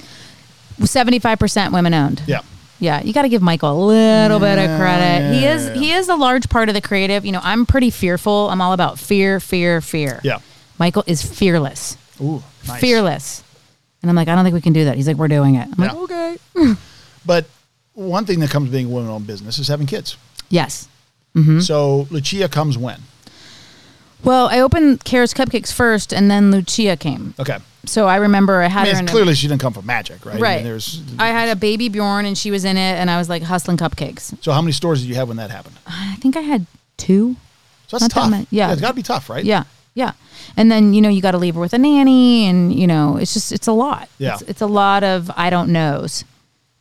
S2: 75% women owned.
S1: Yeah.
S2: Yeah, you got to give Michael a little bit of credit. He is
S1: Yeah.
S2: he is a large part of the creative. You know, I'm pretty fearful. I'm all about fear, fear, fear.
S1: Yeah.
S2: Michael is fearless.
S1: Ooh. Nice.
S2: Fearless. And I'm like, I don't think we can do that. He's like, we're doing it. I'm like,
S1: Yeah.
S2: okay.
S1: But one thing that comes with being a woman owned business is having kids.
S2: Yes. Mm-hmm.
S1: So Lucia comes when?
S2: Well, I opened Kara's Cupcakes first, and then Lucia came.
S1: Okay.
S2: So I remember I
S1: I
S2: had
S1: mean,
S2: her in
S1: it's
S2: a-
S1: clearly she didn't come from magic, right? I mean,
S2: Right.
S1: there's
S2: I had a baby Bjorn and she was in it, and I was like hustling cupcakes.
S1: so how many stores did you have when that happened?
S2: I think I had two.
S1: So that's
S2: Not that
S1: tough.
S2: many, yeah.
S1: it's got to be tough, right?
S2: Yeah, yeah. And then you know you got to leave her with a nanny, and you know it's just it's a lot.
S1: Yeah.
S2: it's, it's a lot of I don't knows,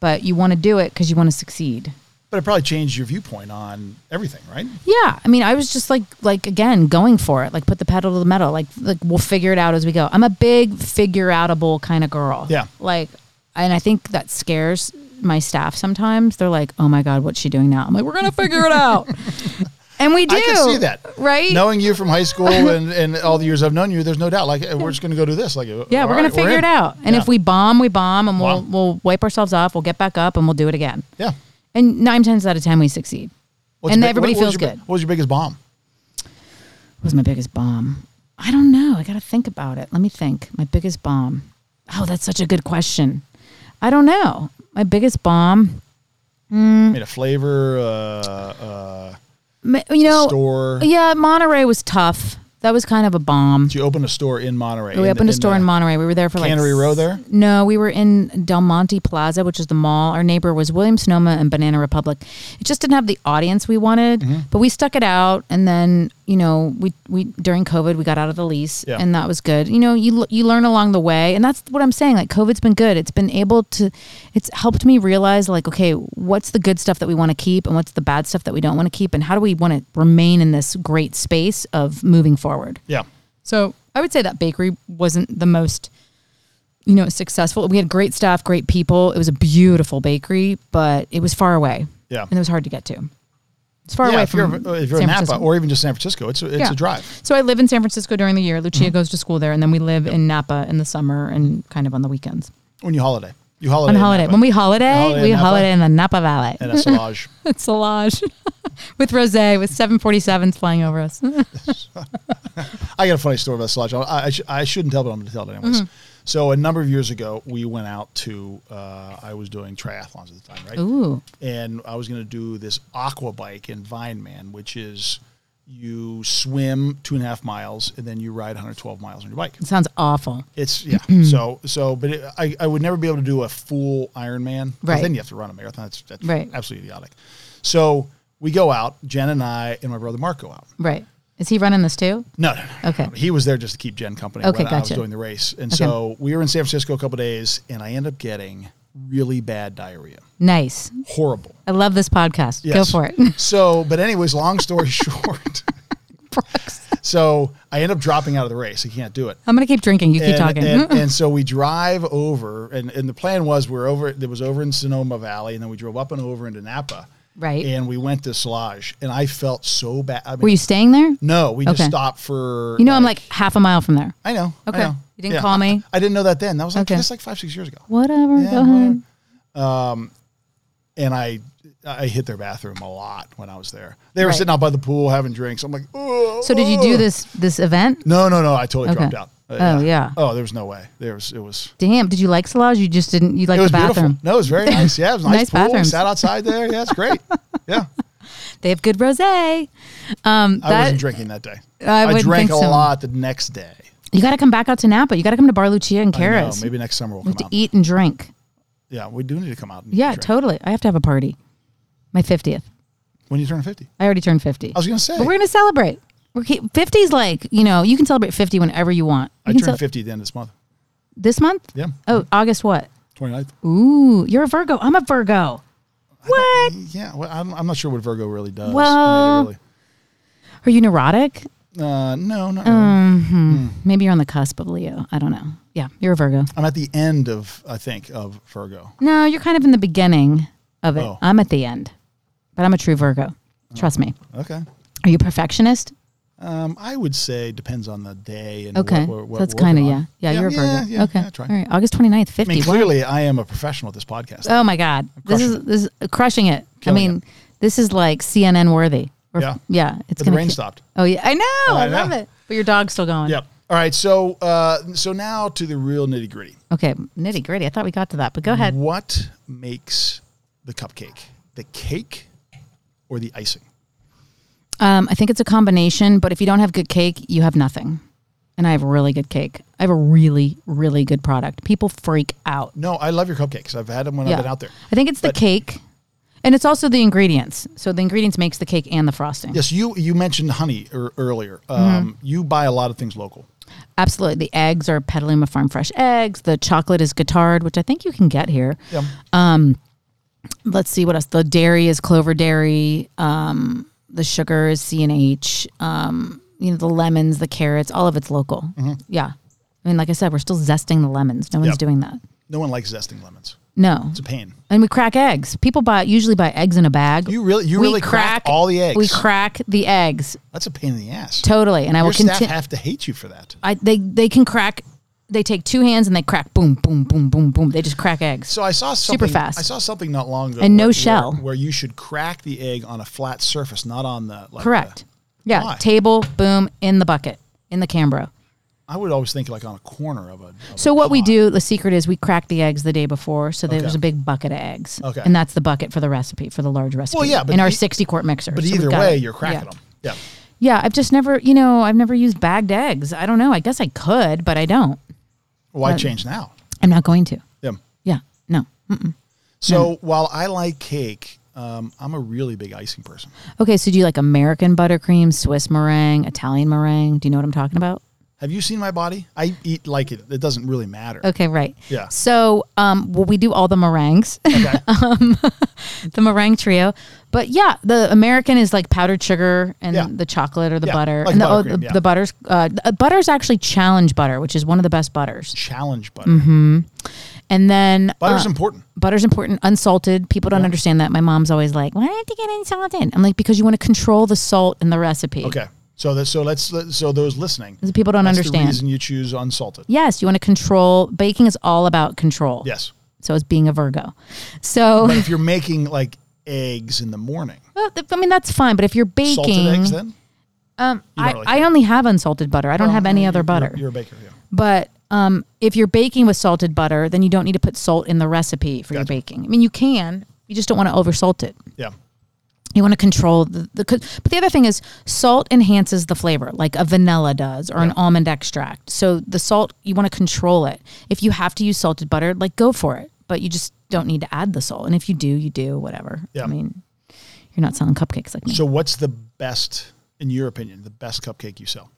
S2: but you want to do it because you want to succeed.
S1: But it probably changed your viewpoint on everything, right?
S2: Yeah, I mean, I was just like, like again, going for it, like put the pedal to the metal, like, like we'll figure it out as we go. I'm a big figure outable kind of girl.
S1: Yeah.
S2: Like, and I think that scares my staff sometimes. They're like, "Oh my god, what's she doing now?" I'm like, "We're gonna figure
S1: (laughs)
S2: it out," and we do.
S1: I can see that,
S2: right?
S1: Knowing you from high
S2: (laughs)
S1: school and, and all the years I've known you, there's no doubt. Like eh, we're just going to go do this. Like
S2: Yeah,
S1: all
S2: we're gonna
S1: right,
S2: figure
S1: in.
S2: it out. And
S1: Yeah.
S2: if we bomb, we bomb, and we'll
S1: Bomb.
S2: we'll wipe ourselves off. We'll get back up, and we'll do it again.
S1: yeah,
S2: And nine times out of ten, we succeed.
S1: What's
S2: and
S1: your bi-
S2: everybody
S1: what was
S2: feels
S1: your bi-
S2: good.
S1: What was your biggest bomb?
S2: What was my biggest bomb? I don't know. I got to think about it. Let me think. My biggest bomb. Oh, that's such a good question. I don't know. my biggest bomb. Mm.
S1: Made a flavor, uh, uh,
S2: Ma- You know,
S1: store.
S2: Oh, yeah, Monterey was tough. That was kind of a bomb.
S1: So you opened a store in Monterey.
S2: We
S1: in- uh,
S2: opened a store in
S1: the
S2: Monterey. We were there for like
S1: Cannery Row there?
S2: No, we were in Del Monte Plaza, which is the mall. Our neighbor was William Sonoma and Banana Republic. It just didn't have the audience we wanted,
S1: Mm-hmm.
S2: but we stuck it out. And then you know, we we during COVID, we got out of the lease,
S1: Yeah.
S2: and that was good. You know, you l- you learn along the way, and that's what I'm saying. Like COVID's been good. It's been able to, it's helped me realize like, okay, what's the good stuff that we want to keep, and what's the bad stuff that we don't want to keep, and how do we want to remain in this great space of moving forward.
S1: Yeah.
S2: So I would say that bakery wasn't the most, you know, successful. We had great staff, great people. It was a beautiful bakery, but it was far away
S1: Yeah.
S2: and it was hard to get to. It's far
S1: yeah,
S2: away
S1: if
S2: from
S1: you're, if you're
S2: San
S1: in Napa
S2: Francisco.
S1: or even just San Francisco, it's a, it's
S2: Yeah.
S1: a drive. Mm-hmm.
S2: so I live in San Francisco during the year. Lucia goes to school there, and then we live in Napa in the summer and kind of on the weekends.
S1: When you holiday, you holiday
S2: On
S1: in
S2: holiday,
S1: Napa.
S2: when we holiday,
S1: Holiday in
S2: we
S1: Napa.
S2: holiday in the Napa Valley.
S1: and a Solage.
S2: (laughs) It's Solage (laughs) with Rosé with 747s flying over us.
S1: I got a funny story about Solage. I, I, sh- I shouldn't tell, but I'm going to tell it
S2: Mm-hmm.
S1: anyways. So a number of years ago, we went out to. Uh, I was doing triathlons at the time, right?
S2: Ooh,
S1: and I was going to do this aqua bike in Vine Man, which is you swim two and a half miles and then you ride 112 miles on your bike.
S2: it sounds awful.
S1: It's
S2: (clears throat)
S1: yeah. so so, but it, I I would never be able to do a full Ironman. 'cause
S2: Right.
S1: Then you have to run a marathon. That's that's
S2: Right.
S1: absolutely idiotic. So we go out. Jen and I and my brother Mark go out.
S2: Right? Is he running this too?
S1: No, no, no, no.
S2: Okay.
S1: no. He was there just to keep Jen company
S2: Okay,
S1: when I was
S2: gotcha.
S1: doing the race. And so we were in San Francisco a couple days, and I end up getting really bad diarrhea.
S2: Nice.
S1: Horrible.
S2: I love this podcast. Go
S1: Yes.
S2: for it.
S1: (laughs) So, but anyways, long story (laughs) short,
S2: Brooks.
S1: so I end up dropping out of the race. I can't do it.
S2: I'm going to keep drinking. You keep
S1: and,
S2: talking. Mm-hmm.
S1: And, and so we drive over, and, and the plan was we were over. It was over in Sonoma Valley, and then we drove up and over into Napa.
S2: Right.
S1: And we went to Solage, and I felt so bad. I mean,
S2: (laughs) Were you staying there?
S1: no, we just
S2: Okay.
S1: stopped for.
S2: You know, I'm like half a mile from there.
S1: I know. I
S2: Okay.
S1: know.
S2: You didn't call me?
S1: I, I didn't know that then. That was like
S2: Okay.
S1: that's like five six years ago.
S2: Whatever.
S1: Yeah,
S2: go ahead.
S1: And I, I hit their bathroom a lot when I was there. They were
S2: Right.
S1: sitting out by the pool having drinks. I'm like, oh.
S2: So did you do this this event?
S1: No, no, no. I totally
S2: Okay.
S1: dropped out.
S2: Oh, yeah.
S1: Oh, there was no way. There was it was
S2: Damn. Did you like Solage? You just didn't. You like
S1: it was
S2: the bathroom.
S1: beautiful. No, it was very
S2: (laughs)
S1: nice. Yeah, it was a nice,
S2: Nice
S1: pool.
S2: bathrooms.
S1: Sat outside there. Yeah, it's
S2: (laughs)
S1: great. Yeah,
S2: They have good rosé. Um,
S1: I wasn't
S2: that
S1: drinking that day.
S2: I wouldn't
S1: drank
S2: think
S1: a
S2: so.
S1: lot the next day.
S2: you got to come back out to Napa. You got to come to Bar Lucia and
S1: I know,
S2: Caras.
S1: maybe next summer we'll
S2: We
S1: come
S2: have to
S1: out.
S2: eat and drink.
S1: Yeah, we do need to come out. And
S2: E Yeah,
S1: drink.
S2: totally. I have to have a party. My 50th.
S1: When you turn fifty,
S2: I already turned 50.
S1: I was gonna say
S2: but we're going to celebrate. We're keep, 50 is like, you know, you can celebrate 50 whenever you want. You
S1: I
S2: can
S1: turned
S2: cel-
S1: fifty at the end of this month.
S2: This month?
S1: Yeah,
S2: Oh, August what?
S1: 29th.
S2: Ooh, you're a Virgo. I'm a Virgo. What?
S1: Yeah, well, I'm, I'm not sure what Virgo really does. I mean, it
S2: Well-
S1: really-
S2: Are you neurotic?
S1: uh, no, not
S2: um,
S1: really.
S2: Maybe you're on the cusp of Leo. I don't know. Yeah, you're a Virgo.
S1: I'm at the end of I think of Virgo.
S2: No, you're kind of in the beginning of it.
S1: Oh.
S2: I'm at the end, but I'm a true Virgo. Trust me.
S1: Okay.
S2: Are you a perfectionist?
S1: Um, I would say depends on the day and
S2: Okay.
S1: What, what, what
S2: so that's
S1: we're working
S2: kind of, yeah.
S1: on.
S2: yeah. You're a Virgo.
S1: Yeah, yeah,
S2: okay.
S1: yeah, try.
S2: All right. August 29th, 50.
S1: I mean,
S2: Wow.
S1: clearly, I am a professional at this podcast.
S2: Oh my God. This
S1: crushing
S2: is, this is crushing it.
S1: Killing
S2: I mean, this is like CNN worthy. We're-
S1: Yeah.
S2: Yeah.
S1: but
S2: It's
S1: the
S2: going to
S1: rain stopped.
S2: Oh, yeah. I know. I,
S1: know.
S2: love it. But your dog's still going.
S1: Yep. All right. So, uh, so now to the real nitty gritty.
S2: Okay. Nitty gritty. I thought we got to that, but
S1: Mm-hmm.
S2: go ahead.
S1: What makes the cupcake? The cake or the icing?
S2: Um, I think it's a combination, but if you don't have good cake, you have nothing. And I have really good cake. I have a really, really good product. People freak out.
S1: No, I love your cupcakes. I've had them when I've been out there.
S2: I think it's the
S1: But-
S2: cake, and it's also the ingredients. So the ingredients makes the cake and the frosting.
S1: Yes, you you mentioned honey er, earlier. Um,
S2: Mm-hmm.
S1: You buy a lot of things local.
S2: Absolutely. The eggs are Petaluma Farm fresh eggs. The chocolate is Guittard, which I think you can get here.
S1: Yeah.
S2: Let's see what else. The dairy is Clover Dairy. Um, the sugar is C and H. Um, you know the lemons, the carrots, all of it's local. Yeah. I mean, like I said, we're still zesting the lemons. No one's
S1: Mm-hmm. Yep.
S2: doing that.
S1: No one likes zesting lemons.
S2: No.
S1: It's a pain.
S2: And we crack eggs. People buy usually buy eggs in a bag.
S1: You really you
S2: We
S1: really crack, all the eggs.
S2: We crack the eggs
S1: That's a pain in the ass.
S2: totally, and I
S1: Your
S2: will
S1: staff
S2: continue.
S1: have to hate you for that.
S2: I they they can crack. They take two hands and they crack. Boom, boom, boom, boom, boom. They just crack eggs.
S1: So I saw something,
S2: fast.
S1: I saw something not long ago,
S2: And no
S1: where-
S2: shell.
S1: where, where you should crack the egg on a flat surface, not on the like
S2: Correct.
S1: the-
S2: yeah.
S1: Why?
S2: Table, boom, in the bucket, in the Cambro.
S1: I would always think like on a corner of a. of a
S2: So what we
S1: pot.
S2: do, the secret is we crack the eggs the day before, so there
S1: Okay.
S2: was a big bucket of eggs,
S1: Okay.
S2: and that's the bucket for the recipe for the large recipe.
S1: yeah, but
S2: in our
S1: e-
S2: sixty quart mixer.
S1: But
S2: so we've
S1: either
S2: got
S1: way,
S2: it.
S1: you're cracking
S2: yeah.
S1: them. Yeah.
S2: Yeah, I've just never, you know, I've never used bagged eggs. I don't know. I guess I could, but I don't.
S1: Why change now?
S2: I'm not going to.
S1: Yeah.
S2: Yeah, no.
S1: So
S2: Hmm.
S1: while I like cake, um, I'm a really big icing person.
S2: Okay, so do you like American buttercream, Swiss meringue, Italian meringue? Do you know what I'm talking about?
S1: Have you seen my body? I eat like it. It doesn't really matter.
S2: Okay, right.
S1: Yeah.
S2: So, um, well, we do all the meringues,
S1: Okay.
S2: the meringue trio. But yeah, the American is like powdered sugar and
S1: Yeah.
S2: the chocolate or the
S1: Yeah,
S2: butter.
S1: like
S2: and the,
S1: buttercream,
S2: the,
S1: yeah.
S2: the butter's uh, the- uh, butter's actually challenge butter, which is one of the best butters.
S1: Challenge butter.
S2: Mm-hmm. And then
S1: Butter's
S2: uh,
S1: important.
S2: butter's important, unsalted. People don't understand that. My mom's always like, "Why do you have to get unsalted?" I'm like, "Because you want to control the salt in the recipe."
S1: Okay. So that so let's let- so those listening.
S2: Because People don't
S1: that's The
S2: understand.
S1: reason you choose unsalted.
S2: yes, you want to control. Baking is all about control.
S1: Yes.
S2: So it's being a Virgo. So
S1: But if you're making like eggs in the morning,
S2: Well, th- (laughs) I mean that's fine, but if you're baking,
S1: salted eggs, then
S2: um,
S1: You don't
S2: I,
S1: really
S2: I only have unsalted butter. I don't have any other
S1: You're-
S2: butter.
S1: You're, a baker. Yeah.
S2: but um, if you're baking with salted butter, then you don't need to put salt in the recipe for your
S1: Gotcha.
S2: baking. I mean, you can. You just don't want to oversalt it.
S1: Yeah.
S2: You want to control the, the. co- But the other thing is, salt enhances the flavor, like a vanilla does, or an almond extract. So the salt, you want to control it. If you have to use salted butter, like go for it. But you just don't need to add the salt. And if you do, you do. Whatever.
S1: Yeah.
S2: I mean, you're not selling cupcakes like me.
S1: So what's the best, in your opinion, the best cupcake you sell?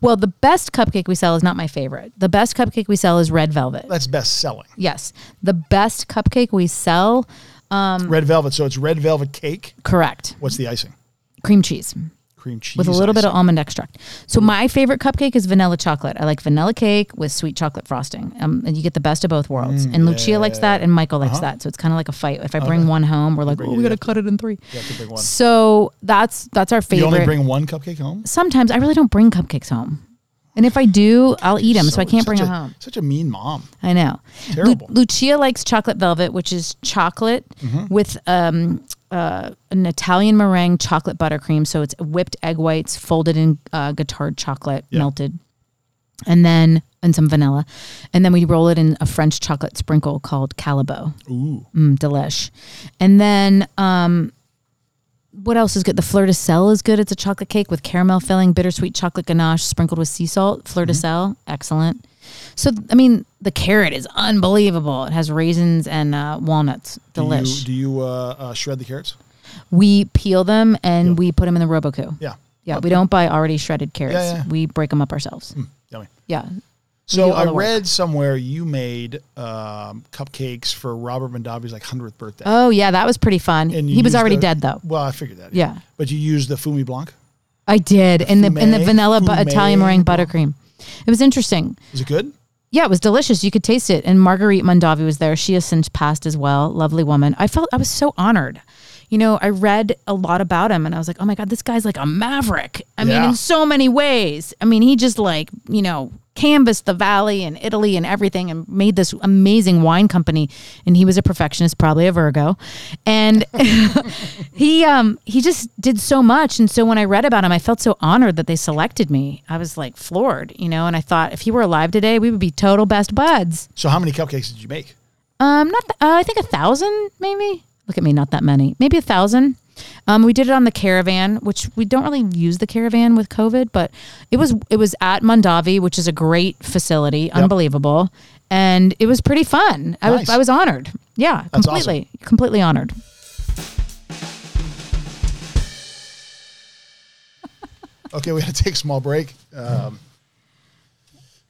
S2: Well, the best cupcake we sell is not my favorite. The best cupcake we sell is red velvet.
S1: That's best selling.
S2: Yes. The best cupcake we sell, Um,
S1: Red velvet. So it's red velvet cake.
S2: correct.
S1: What's the icing?
S2: Cream cheese
S1: Cream cheese
S2: with a little bit
S1: icing.
S2: of almond extract. So my favorite cupcake is vanilla chocolate. I like vanilla cake with sweet chocolate frosting. Um, and you get the best of both worlds.
S1: Mm,
S2: and Lucia likes that and Michael
S1: Uh-huh.
S2: likes that. So it's kind of like a fight. If I bring one home, we're like, "Oh, we got to cut it in three.
S1: You have to bring one.
S2: So that's that's our
S1: You
S2: favorite.
S1: only bring one cupcake home.
S2: Sometimes I really don't bring cupcakes home. And if I do, I'll eat them, so, I can't bring
S1: such
S2: them
S1: a-
S2: home.
S1: Such a mean mom.
S2: I know.
S1: Terrible.
S2: Lucia likes chocolate velvet, which is chocolate
S1: Mm-hmm.
S2: with um, uh, an Italian meringue chocolate buttercream. So it's whipped egg whites folded in uh, guitar chocolate,
S1: Yeah.
S2: melted, and then and some vanilla, and then we roll it in a French chocolate sprinkle called Calabo.
S1: Ooh.
S2: Mm, delish. And then um, what else is good? The fleur de sel is good. It's a chocolate cake with caramel filling, bittersweet chocolate ganache sprinkled with sea salt. Fleur de
S1: Mm-hmm.
S2: sel, excellent. So I mean, the carrot is unbelievable. It has raisins and uh, walnuts.
S1: Do you,
S2: Delish.
S1: do you uh, uh, shred the carrots?
S2: we peel them and we put them in the Roboku.
S1: Yeah.
S2: Yeah, we don't buy already shredded carrots.
S1: Yeah, Hmm. yeah.
S2: We break them up ourselves.
S1: Yummy.
S2: Yeah.
S1: So
S2: do all
S1: I
S2: the work.
S1: read somewhere you made um, cupcakes for Robert Mondavi's like hundredth birthday.
S2: Oh yeah, that was pretty fun.
S1: And you
S2: He was
S1: used
S2: already
S1: the-
S2: dead though.
S1: Well, I figured that.
S2: Yeah.
S1: But you used the Fumi Blanc.
S2: I did, and the and the
S1: Fumet-
S2: vanilla bu-
S1: fumet.
S2: Italian meringue buttercream. It was interesting.
S1: Is it good?
S2: Yeah, it was delicious. You could taste it. And Marguerite Mondavi was there. She has since passed as well. Lovely woman. I felt I was so honored. You know, I read a lot about him and I was like, oh my God, this guy's like a maverick. I mean,
S1: Yeah.
S2: in so many ways. I mean, he just like, you know, canvassed the valley and Italy and everything and made this amazing wine company. And he was a perfectionist, probably a Virgo. And he um he just did so much and so when i read about him i felt so honored that they selected me i was like floored you know and i thought if he were alive today we would be total best buds
S1: So how many cupcakes did you make?
S2: um not th- uh, i think a thousand maybe look at me not that many maybe a thousand um we did it on the caravan which we don't really use the caravan with covid but it was it was at mondavi which is a great facility unbelievable and it was pretty fun i
S1: Nice.
S2: was i was honored yeah
S1: That's awesome.
S2: completely completely honored
S1: Okay, we had to take a small break. Um,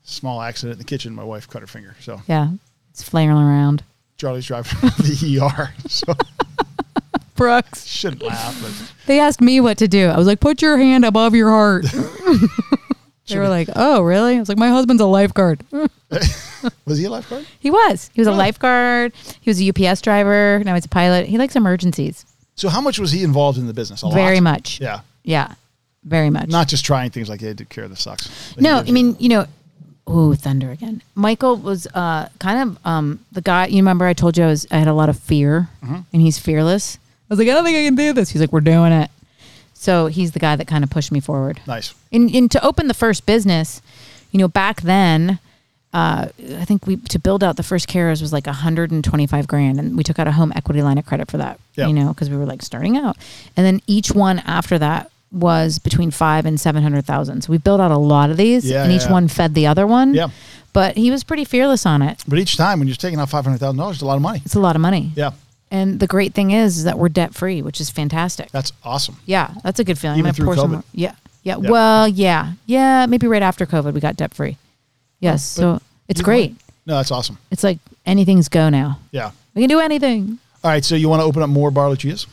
S1: small accident in the kitchen. My wife cut her finger. So
S2: yeah it's flailing around
S1: Charlie's driving (laughs) to the ER. So (laughs)
S2: brooks
S1: shouldn't laugh. But
S2: They asked me what to do. I was like, put your hand above your (laughs) heart. they were like, oh, really? I was like, my husband's a lifeguard.
S1: was he a lifeguard?
S2: (laughs) he was. He was a lifeguard. He was a UPS driver. Now he's a pilot. He likes emergencies
S1: So how much was he involved in the business? A lot.
S2: very much.
S1: Yeah.
S2: Yeah. Very much.
S1: Not just trying things like, hey, dude, care this sucks. Like,
S2: no,
S1: gives
S2: I
S1: you-
S2: mean, you know, ooh, thunder again. Michael was uh, kind of um, the guy. You remember I told you I was I had a lot of fear, and he's fearless. I was like, I don't think I can do this. He's like, we're doing it. So he's the guy that kind of pushed me forward.
S1: nice.
S2: And, and to open the first business, you know, back then, uh, I think we to build out the first Kara's was like 125 grand, and we took out a home equity line of credit for that.
S1: Yeah.
S2: You know, because we were like starting out, and then each one after that was between five and seven hundred thousand. So we built out a lot of these,
S1: Yeah,
S2: and each
S1: yeah.
S2: one fed the other one.
S1: Yeah.
S2: But he was pretty fearless on it.
S1: But each time when you're taking out five hundred thousand dollars, it's a lot of money.
S2: It's a lot of money.
S1: Yeah,
S2: And the great thing is, is that we're debt free, which is fantastic.
S1: that's awesome.
S2: Yeah, that's a good feeling.
S1: Even
S2: I'm
S1: through
S2: gonna pour
S1: COVID.
S2: some. more- Yeah, yeah. Well, yeah, yeah. Maybe right after COVID, we got debt free. Yes,
S1: Oh,
S2: so it's
S1: either
S2: great.
S1: way. No, that's awesome.
S2: It's like anything's go now.
S1: Yeah.
S2: We can do anything.
S1: All right. So you want to open up more bar lucias,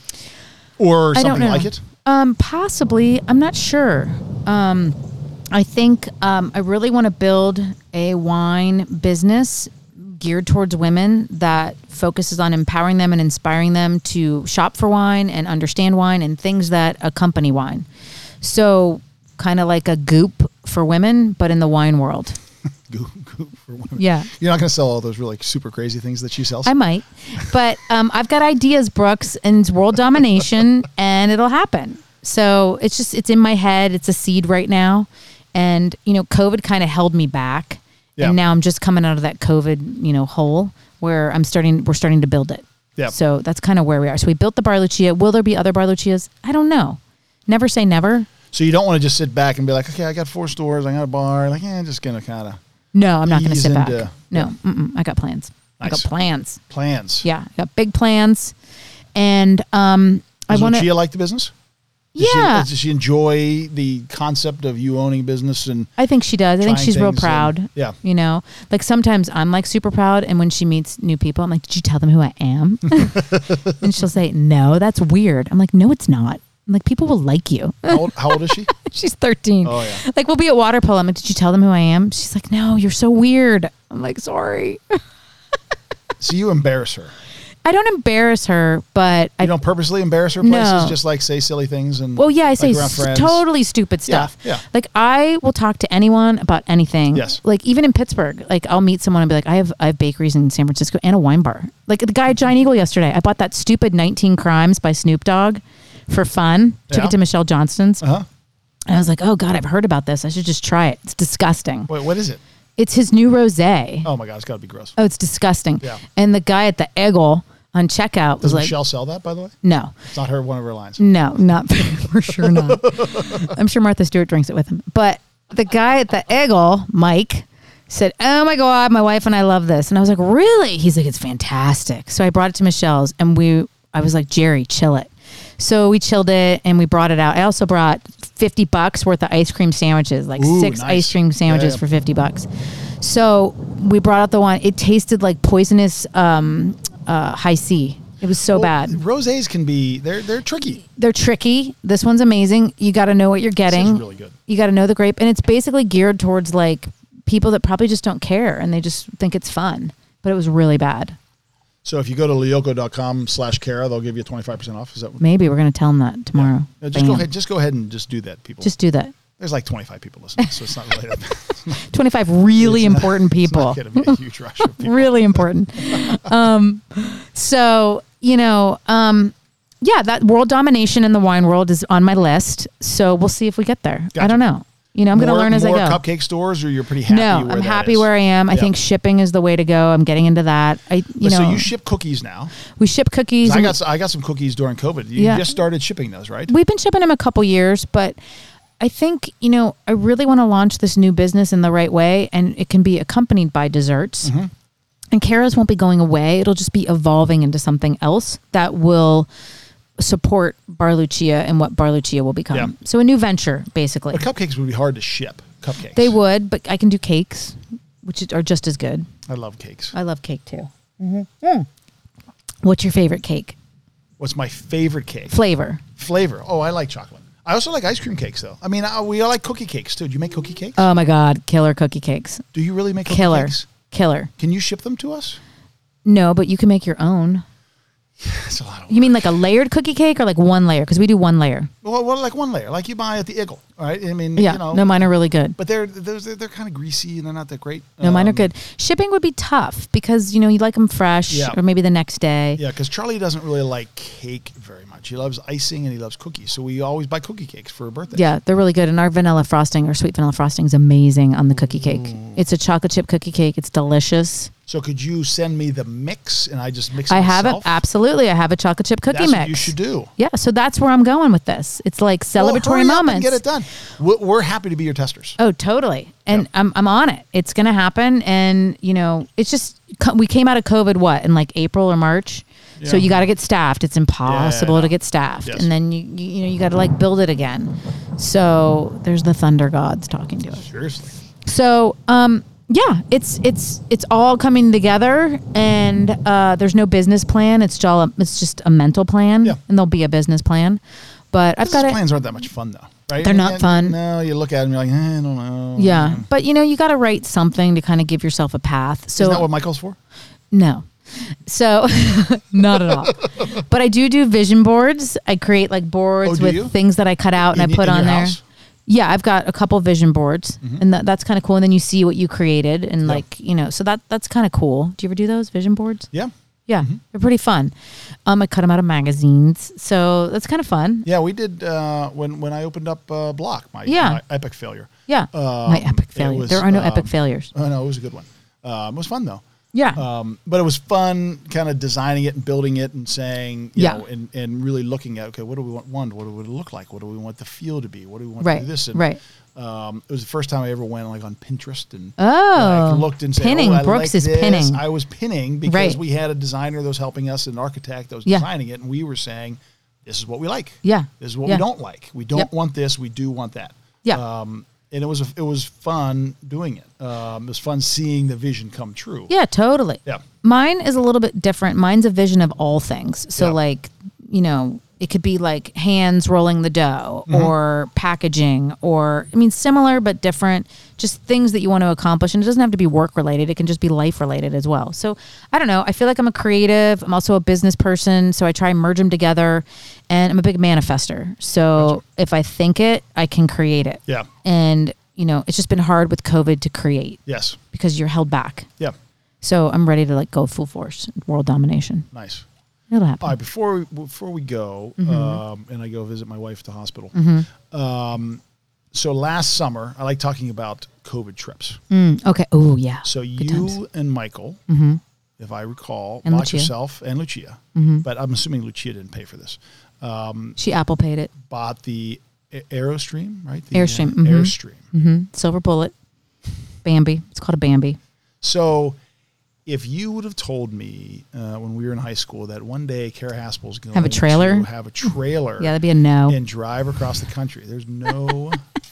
S1: or
S2: I don't
S1: something
S2: know.
S1: like it?
S2: Um, possibly. I'm not sure. Um, I think um, I really want to build a wine business geared towards women that focuses on empowering them and inspiring them to shop for wine and understand wine and things that accompany wine. So, kind of like a goop for women, but in the wine world.
S1: Goo, goo for women.
S2: Yeah.
S1: You're not going to sell all those really super crazy things that she sells.
S2: I might, but um, I've got ideas, Brooks, and it's
S1: (laughs)
S2: world domination, and it'll happen. So it's just it's in my head. It's a seed right now, and you know, COVID kind of held me back,
S1: Yeah.
S2: and now I'm just coming out of that COVID you know hole where I'm starting. We're starting to build it.
S1: Yeah.
S2: So that's kind of where we are. So we built the Barlucia. Will there be other Barlucias? I don't know. Never say never.
S1: so you don't want to just sit back and be like, okay, I got four stores, I got a bar. Like, eh, just going to kind of
S2: No, I'm not going to
S1: Ease
S2: sit back.
S1: into-
S2: No, mm-mm, I got plans. I got
S1: Nice.
S2: plans.
S1: plans.
S2: Yeah, I got big plans, and um, I
S1: Does
S2: want to.
S1: Lucia like the business? Does
S2: Yeah.
S1: She, does she enjoy the concept of you owning business and
S2: I think she does. I think
S1: trying
S2: she's real
S1: things
S2: proud.
S1: and- yeah.
S2: You know, like sometimes I'm like super proud. And when she meets new people, I'm like, did you tell them who I
S1: (laughs)
S2: am? and she'll say, no, that's weird. I'm like, no, it's not. I'm like, people will like you. (laughs)
S1: how old, how old is she?
S2: she's 13.
S1: Oh, yeah.
S2: Like, we'll be at water polo. I'm like, did you tell them who I am? She's like, no, you're so weird. I'm like, sorry. (laughs)
S1: So you embarrass her.
S2: I don't embarrass her, but
S1: You
S2: I.
S1: don't purposely embarrass her places,
S2: No.
S1: just like say silly things and
S2: Well, yeah, I
S1: like
S2: say
S1: around
S2: s-
S1: friends.
S2: totally stupid
S1: Yeah,
S2: stuff.
S1: yeah.
S2: Like I will talk to anyone about anything.
S1: Yes.
S2: Like even in Pittsburgh, like I'll meet someone and be like, I have I have bakeries in San Francisco and a wine bar. Like the guy at Giant Eagle yesterday, I bought that stupid 19 Crimes by Snoop Dogg for fun. Took
S1: Yeah.
S2: it to Michelle Johnston's.
S1: Uh-huh.
S2: And I was like, oh God, I've heard about this. I should just try it. It's disgusting.
S1: Wait, what is it?
S2: It's his new rosé.
S1: Oh my god, it's got to be gross.
S2: Oh, it's disgusting.
S1: Yeah.
S2: And the guy at the Eggle on checkout was
S1: Does
S2: like, Mm,
S1: Michelle sell that by the way?
S2: no.
S1: It's not her one of her lines.
S2: No, not (laughs) for sure not. I'm sure Martha Stewart drinks it with him. But the guy at the Eggle, Mike, said, "Oh my god, my wife and I love this." And I was like, "Really?" He's like, "It's fantastic." So I brought it to Michelle's, and we, I was like, "Jerry, chill it." So we chilled it and we brought it out. I also brought 50 bucks worth of ice cream sandwiches, like
S1: Ooh,
S2: six
S1: nice.
S2: ice cream sandwiches
S1: Yeah, yeah.
S2: for 50 bucks. So we brought out the one. It tasted like poisonous um, uh, high C. It was so
S1: Well,
S2: bad
S1: Rosés can be they're they're tricky.
S2: they're tricky. This one's amazing. You got to know what you're getting.
S1: really good.
S2: You got to know the grape, and it's basically geared towards like people that probably just don't care and they just think it's fun. But it was really bad.
S1: So if you go to lioco.com slash Kara, they'll give you 25% off. Is that what?
S2: Maybe we're gonna tell them that tomorrow.
S1: No, just go
S2: Bam.
S1: ahead. Just go ahead and just do that, people.
S2: Just do that.
S1: There's like 25 people listening, so (laughs) it's not really that bad.
S2: Twenty-five really important
S1: It's
S2: people.
S1: not going to be a huge rush of people. (laughs)
S2: really important. um, so you know, um, yeah, that world domination in the wine world is on my list. So we'll see if we get there. I
S1: Gotcha.
S2: don't know. You know, (laughs) I'm gonna
S1: More-
S2: learn as I
S1: more
S2: go.
S1: cupcake stores, or you're pretty happy.
S2: no,
S1: where
S2: I'm
S1: that
S2: happy
S1: is?
S2: where I am. I
S1: Yeah.
S2: think shipping is the way to go. I'm getting into that. I, you
S1: But
S2: know,
S1: so you ship cookies now.
S2: we ship cookies.
S1: 'Cause I
S2: and
S1: got s- I got some cookies during COVID. You
S2: Yeah.
S1: just started shipping those, right?
S2: we've been shipping them a couple years, but I think you know I really want to launch this new business in the right way, and it can be accompanied by desserts.
S1: Mm-hmm.
S2: And Kara's won't be going away. It'll just be evolving into something else that will support Barlucia and what Barlucia will become.
S1: Yeah.
S2: So a new venture, basically.
S1: But cupcakes would be hard to ship. Cupcakes.
S2: They would, but I can do cakes, which are just as good.
S1: I love cakes.
S2: I love cake too.
S1: Mm-hmm.
S2: Mm. What's your favorite cake
S1: What's my favorite cake?
S2: flavor?
S1: Flavor. Oh, I like chocolate. I also like ice cream cakes, though. I mean, I, we all like cookie cakes too. Do you make cookie cakes?
S2: Oh my god, killer cookie cakes,
S1: Do you really make cookie
S2: killer,
S1: cakes?
S2: killer.
S1: Can you ship them to us?
S2: No, but you can make your own.
S1: (laughs) That's a lot of.
S2: You mean like a layered cookie cake or like one layer? Because we do one layer.
S1: Well, well, like one layer, like you buy at the Iggle, all right? I mean,
S2: Yeah.
S1: you know,
S2: no, mine are really good.
S1: but they're those they're, they're kind of greasy and they're not that great.
S2: No, mine are
S1: Um,
S2: good. Shipping would be tough because you know you like them fresh
S1: Yeah.
S2: or maybe the next day.
S1: Yeah, because Charlie doesn't really like cake very much. He loves icing and he loves cookies, so we always buy cookie cakes for her birthday.
S2: Yeah, they're really good. And our vanilla frosting or sweet vanilla frosting is amazing on the cookie cake.
S1: Mm.
S2: It's a chocolate chip cookie cake. It's delicious.
S1: So could you send me the mix and I just mix? It
S2: I have it.
S1: myself?
S2: Absolutely. I have a chocolate chip cookie
S1: That's
S2: mix.
S1: what you should do.
S2: Yeah, so that's where I'm going with this. It's like
S1: Well,
S2: celebratory
S1: hurry up and
S2: moments.
S1: get it done. We're, we're happy to be your testers.
S2: Oh, totally. And I'm, I'm on it. It's going to happen. And, you know, it's just, co- we came out of COVID, what, in like April or March? So
S1: Yeah.
S2: you got to get staffed. It's impossible
S1: Yeah.
S2: to get staffed.
S1: Yes.
S2: And then you, you, you know, you got to like build it again. So there's the thunder gods talking to us.
S1: Seriously.
S2: So, um, yeah, it's it's it's all coming together, and uh, there's no business plan. It's all a, it's just a mental plan,
S1: Yeah.
S2: and there'll be a business plan. But I've got
S1: Business
S2: it.
S1: plans aren't that much fun though, right?
S2: They're not
S1: And-
S2: fun.
S1: No, you look at them, you're like, eh, I don't know.
S2: Yeah, but you know, you got to write something to kind of give yourself a path. So
S1: Isn't that what Michael's for?
S2: no, so (laughs) not at all. but I do do vision boards. I create like boards
S1: Oh, do
S2: with
S1: you?
S2: things that I cut out
S1: In
S2: and
S1: y-
S2: I put
S1: in
S2: on
S1: your
S2: there.
S1: house? Mm-hmm.
S2: Yeah, I've got a couple vision boards, and that, that's kind of cool. And then you see what you created, and like you know, so that that's kind of cool. Do you ever do those vision boards?
S1: Yeah.
S2: Yeah,
S1: Mm-hmm.
S2: they're pretty fun. Um, I cut them out of magazines, so that's kind of fun.
S1: Yeah, we did uh, when when I opened up uh, Block, my,
S2: Yeah.
S1: my epic failure.
S2: Yeah, my
S1: Um,
S2: epic
S1: it
S2: failure.
S1: was,
S2: there are no
S1: um,
S2: epic failures.
S1: Oh no, it was a good one. Um, it was fun though.
S2: Yeah,
S1: Um, but it was fun, kind of designing it and building it and saying, you
S2: Yeah.
S1: know, and, and really looking at okay, what do we want? One, what would it look like? What do we want the feel to be? What do we want to
S2: right,
S1: do this? And,
S2: right.
S1: Um, it was the first time I ever went like on Pinterest and
S2: Oh,
S1: like, looked and said,
S2: pinning.
S1: "Oh, I
S2: Brooks
S1: like
S2: is
S1: this."
S2: pinning.
S1: I was pinning because
S2: Right.
S1: we had a designer that was helping us, an architect that was
S2: Yeah.
S1: designing it, and we were saying, "This is what we like.
S2: Yeah.
S1: this is what
S2: Yeah.
S1: we don't like. We don't
S2: Yep.
S1: want this. We do want that."
S2: Yeah.
S1: Um, and it was a, it was fun doing it. Um, it was fun seeing the vision come true.
S2: yeah, totally.
S1: Yeah.
S2: Mine is a little bit different. Mine's a vision of all things. So
S1: Yeah.
S2: like, you know, it could be like hands rolling the dough
S1: Mm-hmm.
S2: or packaging or I mean similar but different, just things that you want to accomplish and it doesn't have to be work related. It can just be life related as well. So, I don't know. I feel like I'm a creative, I'm also a business person, so I try and merge them together and I'm a big manifester. So, if I think it, I can create it.
S1: Yeah.
S2: And, you know, it's just been hard with COVID to create
S1: Yes.
S2: because you're held back.
S1: Yeah.
S2: So I'm ready to like go full force, world domination.
S1: Nice.
S2: It'll happen.
S1: All right, before we, before we go,
S2: Mm-hmm.
S1: um, and I go visit my wife at the hospital. Um, so last summer, I like talking about COVID trips.
S2: Mm, okay. Oh yeah.
S1: So you
S2: times. Mm-hmm.
S1: and Michael, if I recall,
S2: And
S1: bought
S2: Lucia. Mm-hmm.
S1: yourself and Lucia, but I'm assuming Lucia didn't pay for this.
S2: She Apple paid it.
S1: Bought the A- Aerostream, right? The,
S2: Airstream,
S1: uh,
S2: mhm.
S1: Airstream.
S2: hmm Silver bullet. Bambi. It's called a Bambi.
S1: So, if you would have told me uh, when we were in high school that one day Kara Haspel's going
S2: Have a trailer?
S1: to have a trailer,
S2: Yeah, that'd be a no.
S1: and drive across the country. There's
S2: (laughs)
S1: no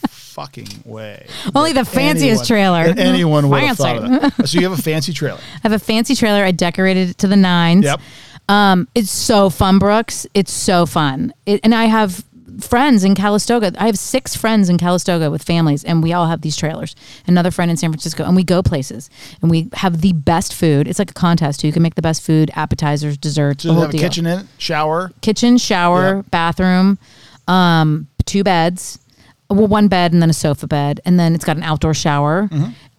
S1: fucking way.
S2: Only
S1: that
S2: the fanciest
S1: anyone-
S2: trailer.
S1: that Anyone would have
S2: Fancy.
S1: thought of
S2: (laughs)
S1: that. So you have a fancy trailer.
S2: I have a fancy trailer. I decorated it to the nines.
S1: Yep.
S2: Um, it's so fun, Brooks. It's so fun. It, and I have friends in Calistoga. I have six friends in Calistoga with families, and we all have these trailers. Another friend in San Francisco, and we go places, and we have the best food. It's like a contest. Who can make the best food, appetizers, desserts,
S1: So
S2: the
S1: you
S2: whole
S1: have a
S2: deal.
S1: kitchen in it, shower.
S2: kitchen, shower,
S1: Yeah.
S2: bathroom, um, two beds. Well, one bed and then a sofa bed, and then it's got an outdoor shower,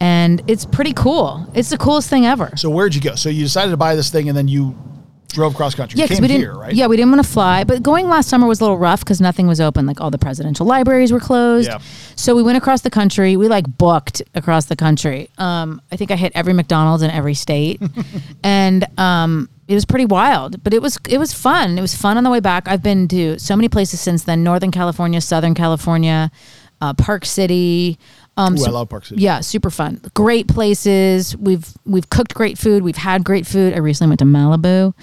S2: and it's pretty cool. It's the coolest thing ever.
S1: So where'd you go? So you decided to buy this thing and then you drove cross country.
S2: Yeah,
S1: you
S2: because
S1: came
S2: we didn't.
S1: here, right?
S2: Yeah, we didn't want to fly, but going last summer was a little rough because nothing was open. Like all the presidential libraries were closed.
S1: Yeah.
S2: So we went across the country. We like booked across the country. Um, I think I hit every McDonald's in every
S1: (laughs)
S2: state, and um, it was pretty wild. But it was it was fun. It was fun on the way back. I've been to so many places since then: Northern California, Southern California, uh, Park City. Um,
S1: Ooh, I
S2: so-
S1: love Park City.
S2: yeah, super fun. Great places. We've we've cooked great food. We've had great food. I recently went to Malibu.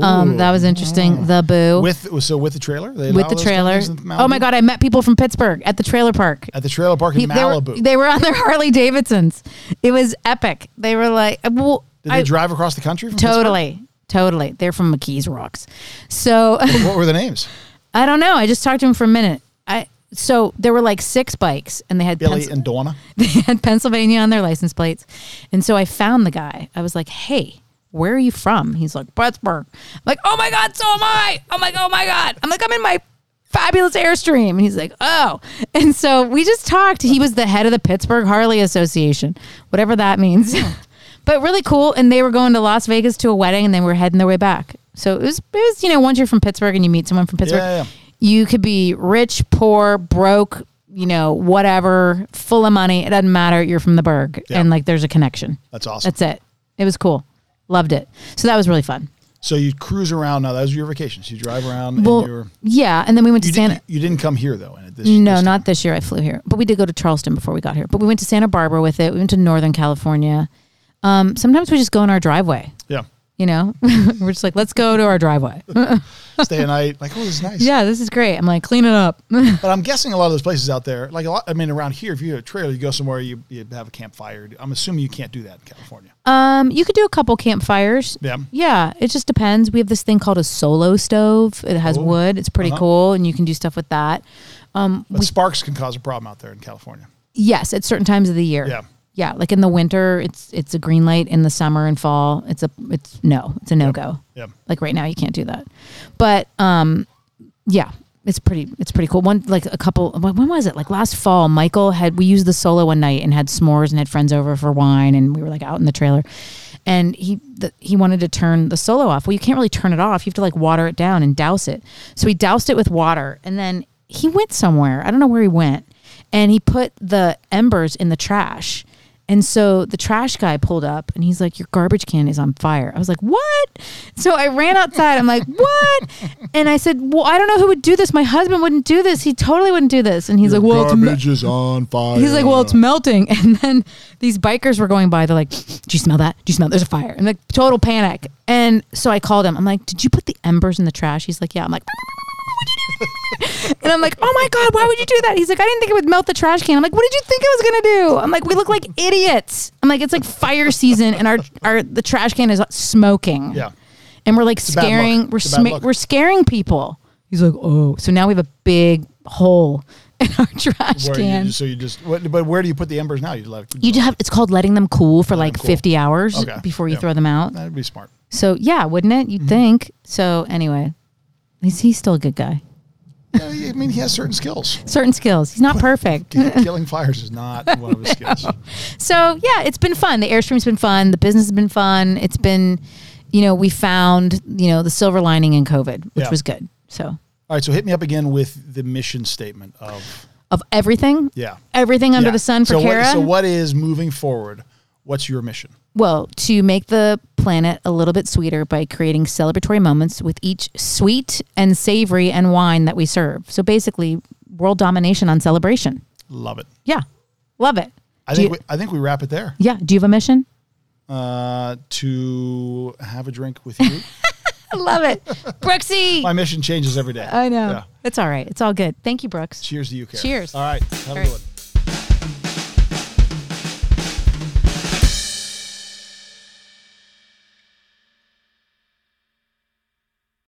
S2: Um, that was interesting. The boo
S1: With so with the trailer, They
S2: With
S1: allow
S2: the
S1: those
S2: trailer.
S1: things in Malibu?
S2: Oh my god, I met people from Pittsburgh at the trailer park.
S1: At the trailer park in
S2: He- they, were,
S1: Malibu,
S2: they were on their (laughs) Harley Davidsons. It was epic. They were like, uh, well,
S1: did they
S2: I-
S1: drive across the country? From
S2: totally, totally. They're from McKees Rocks. So (laughs)
S1: Pittsburgh? What were the names?
S2: I don't know. I just talked to him for a minute. I so there were like six bikes, and they had
S1: Billy
S2: pencil-
S1: and
S2: (laughs)
S1: Donna.
S2: they had Pennsylvania on their license plates. And so I found the guy. I was like, hey, where are you from? He's like, Pittsburgh. I'm like, oh my God, so am I. I'm like, oh my God. I'm like, I'm in my fabulous Airstream. And he's like, oh. (laughs) And so we just talked. He was the head of the Pittsburgh Harley Association, whatever that means. (laughs) but really cool. And they were going to Las Vegas to a wedding and they were heading their way back. So it was, it was you know, once you're from Pittsburgh and you meet someone from Pittsburgh,
S1: Yeah, yeah.
S2: you could be rich, poor, broke, you know, whatever, full of money. It doesn't matter. You're from the Berg.
S1: Yeah.
S2: And like there's a connection.
S1: That's awesome.
S2: That's it. It was cool. Loved it. So that was really fun.
S1: so you cruise around. Now that was your vacations. You drive around.
S2: Well,
S1: and you're,
S2: yeah. And then we went to
S1: you,
S2: Santa.
S1: didn't, you didn't come here though. And this,
S2: no,
S1: this time.
S2: not this year. I flew here, but we did go to Charleston before we got here. But we went to Santa Barbara with it. We went to Northern California. Um, sometimes we just go in our driveway. You know, (laughs) we're just like, let's go to our driveway. (laughs)
S1: Yeah, stay a night. Like, oh, this is nice.
S2: yeah, this is great. I'm like, clean it up.
S1: But I'm guessing a lot of those places out there, like a lot. I mean, around here, if you have a trailer, you go somewhere, you, you have a campfire. I'm assuming you can't do that in California.
S2: Um, you could do a couple campfires.
S1: Yeah.
S2: Yeah, it just depends. We have this thing called a solo stove. It has
S1: Oh.
S2: wood. It's pretty
S1: Uh-huh.
S2: cool, and you can do stuff with that.
S1: But sparks can cause a problem out there in California.
S2: Yes, at certain times of the year.
S1: Yeah.
S2: Yeah, like in the winter, it's it's a green light. In the summer and fall, it's a it's no, it's a no go.
S1: Yeah.
S2: Like right now, you can't do that. But um, yeah, it's pretty it's pretty cool. One like a couple. When when was it? Like last fall, Michael had we used the solo one night and had s'mores and had friends over for wine and we were like out in the trailer, and he the, he wanted to turn the solo off. Well, you can't really turn it off. You have to like water it down and douse it. So he doused it with water and then he went somewhere. I don't know where he went, and he put the embers in the trash. And so the trash guy pulled up and he's like, Your garbage can is on fire. I was like, What? So I ran outside. I'm like, What? And I said, Well, I don't know who would do this. My husband wouldn't do this. He totally wouldn't do this. And he's like, Well, it's me-"
S1: is on fire.
S2: he's like, Well, it's melting. (laughs) And then these bikers were going by. They're like, Do you smell that? Do you smell there's a fire? And like total panic. And so I called him. I'm like, Did you put the embers in the trash? He's like, Yeah. I'm like, (laughs) and I'm like, oh my God, why would you do that? He's like, I didn't think it would melt the trash can. I'm like, what did you think it was gonna do? I'm like, we look like idiots. I'm like, it's like fire season and our our the trash can is smoking.
S1: Yeah.
S2: And we're like
S1: a bad look.
S2: scaring we're
S1: It's a bad
S2: sma-
S1: look.
S2: we're scaring people. He's like, oh. So now we have a big hole in our (laughs) trash
S1: Where
S2: can.
S1: You, so you just, what, but where do you put the embers now? You let it,
S2: you do have it's called letting them cool for like
S1: them cool.
S2: 50 hours
S1: Okay.
S2: before you
S1: Yeah. Mm-hmm.
S2: throw them out.
S1: that'd be
S2: (laughs)
S1: smart.
S2: So yeah, wouldn't it? You'd think. So anyway, he's he's still a good guy.
S1: Yeah, I mean, he has certain skills.
S2: Certain skills. He's not perfect.
S1: Killing fires is not one of his
S2: (laughs)
S1: skills.
S2: So yeah, it's been fun. The airstream's been fun. The business has been fun. It's been, you know, we found you know the silver lining in COVID, which
S1: Yeah.
S2: was good. So
S1: All right, so hit me up again with the mission statement of
S2: of everything,
S1: yeah,
S2: everything under
S1: Yeah.
S2: the sun for
S1: so
S2: Kara.
S1: What, so what is moving forward? What's your mission?
S2: Well, to make the planet a little bit sweeter by creating celebratory moments with each sweet and savory and wine that we serve. So basically, world domination on celebration.
S1: Love it.
S2: Yeah, love it.
S1: I
S2: Do
S1: think
S2: you-
S1: we, I think we wrap it there.
S2: Yeah. Do you have a mission?
S1: Uh, to have a drink with
S2: (laughs)
S1: you.
S2: I (laughs) love it, (laughs) Brooksy.
S1: My mission changes every day.
S2: I know.
S1: Yeah.
S2: It's all right. It's all good. Thank you, Brooks.
S1: Cheers to you, Kara.
S2: Cheers.
S1: All right. Have
S2: All
S1: a
S2: right.
S1: good one.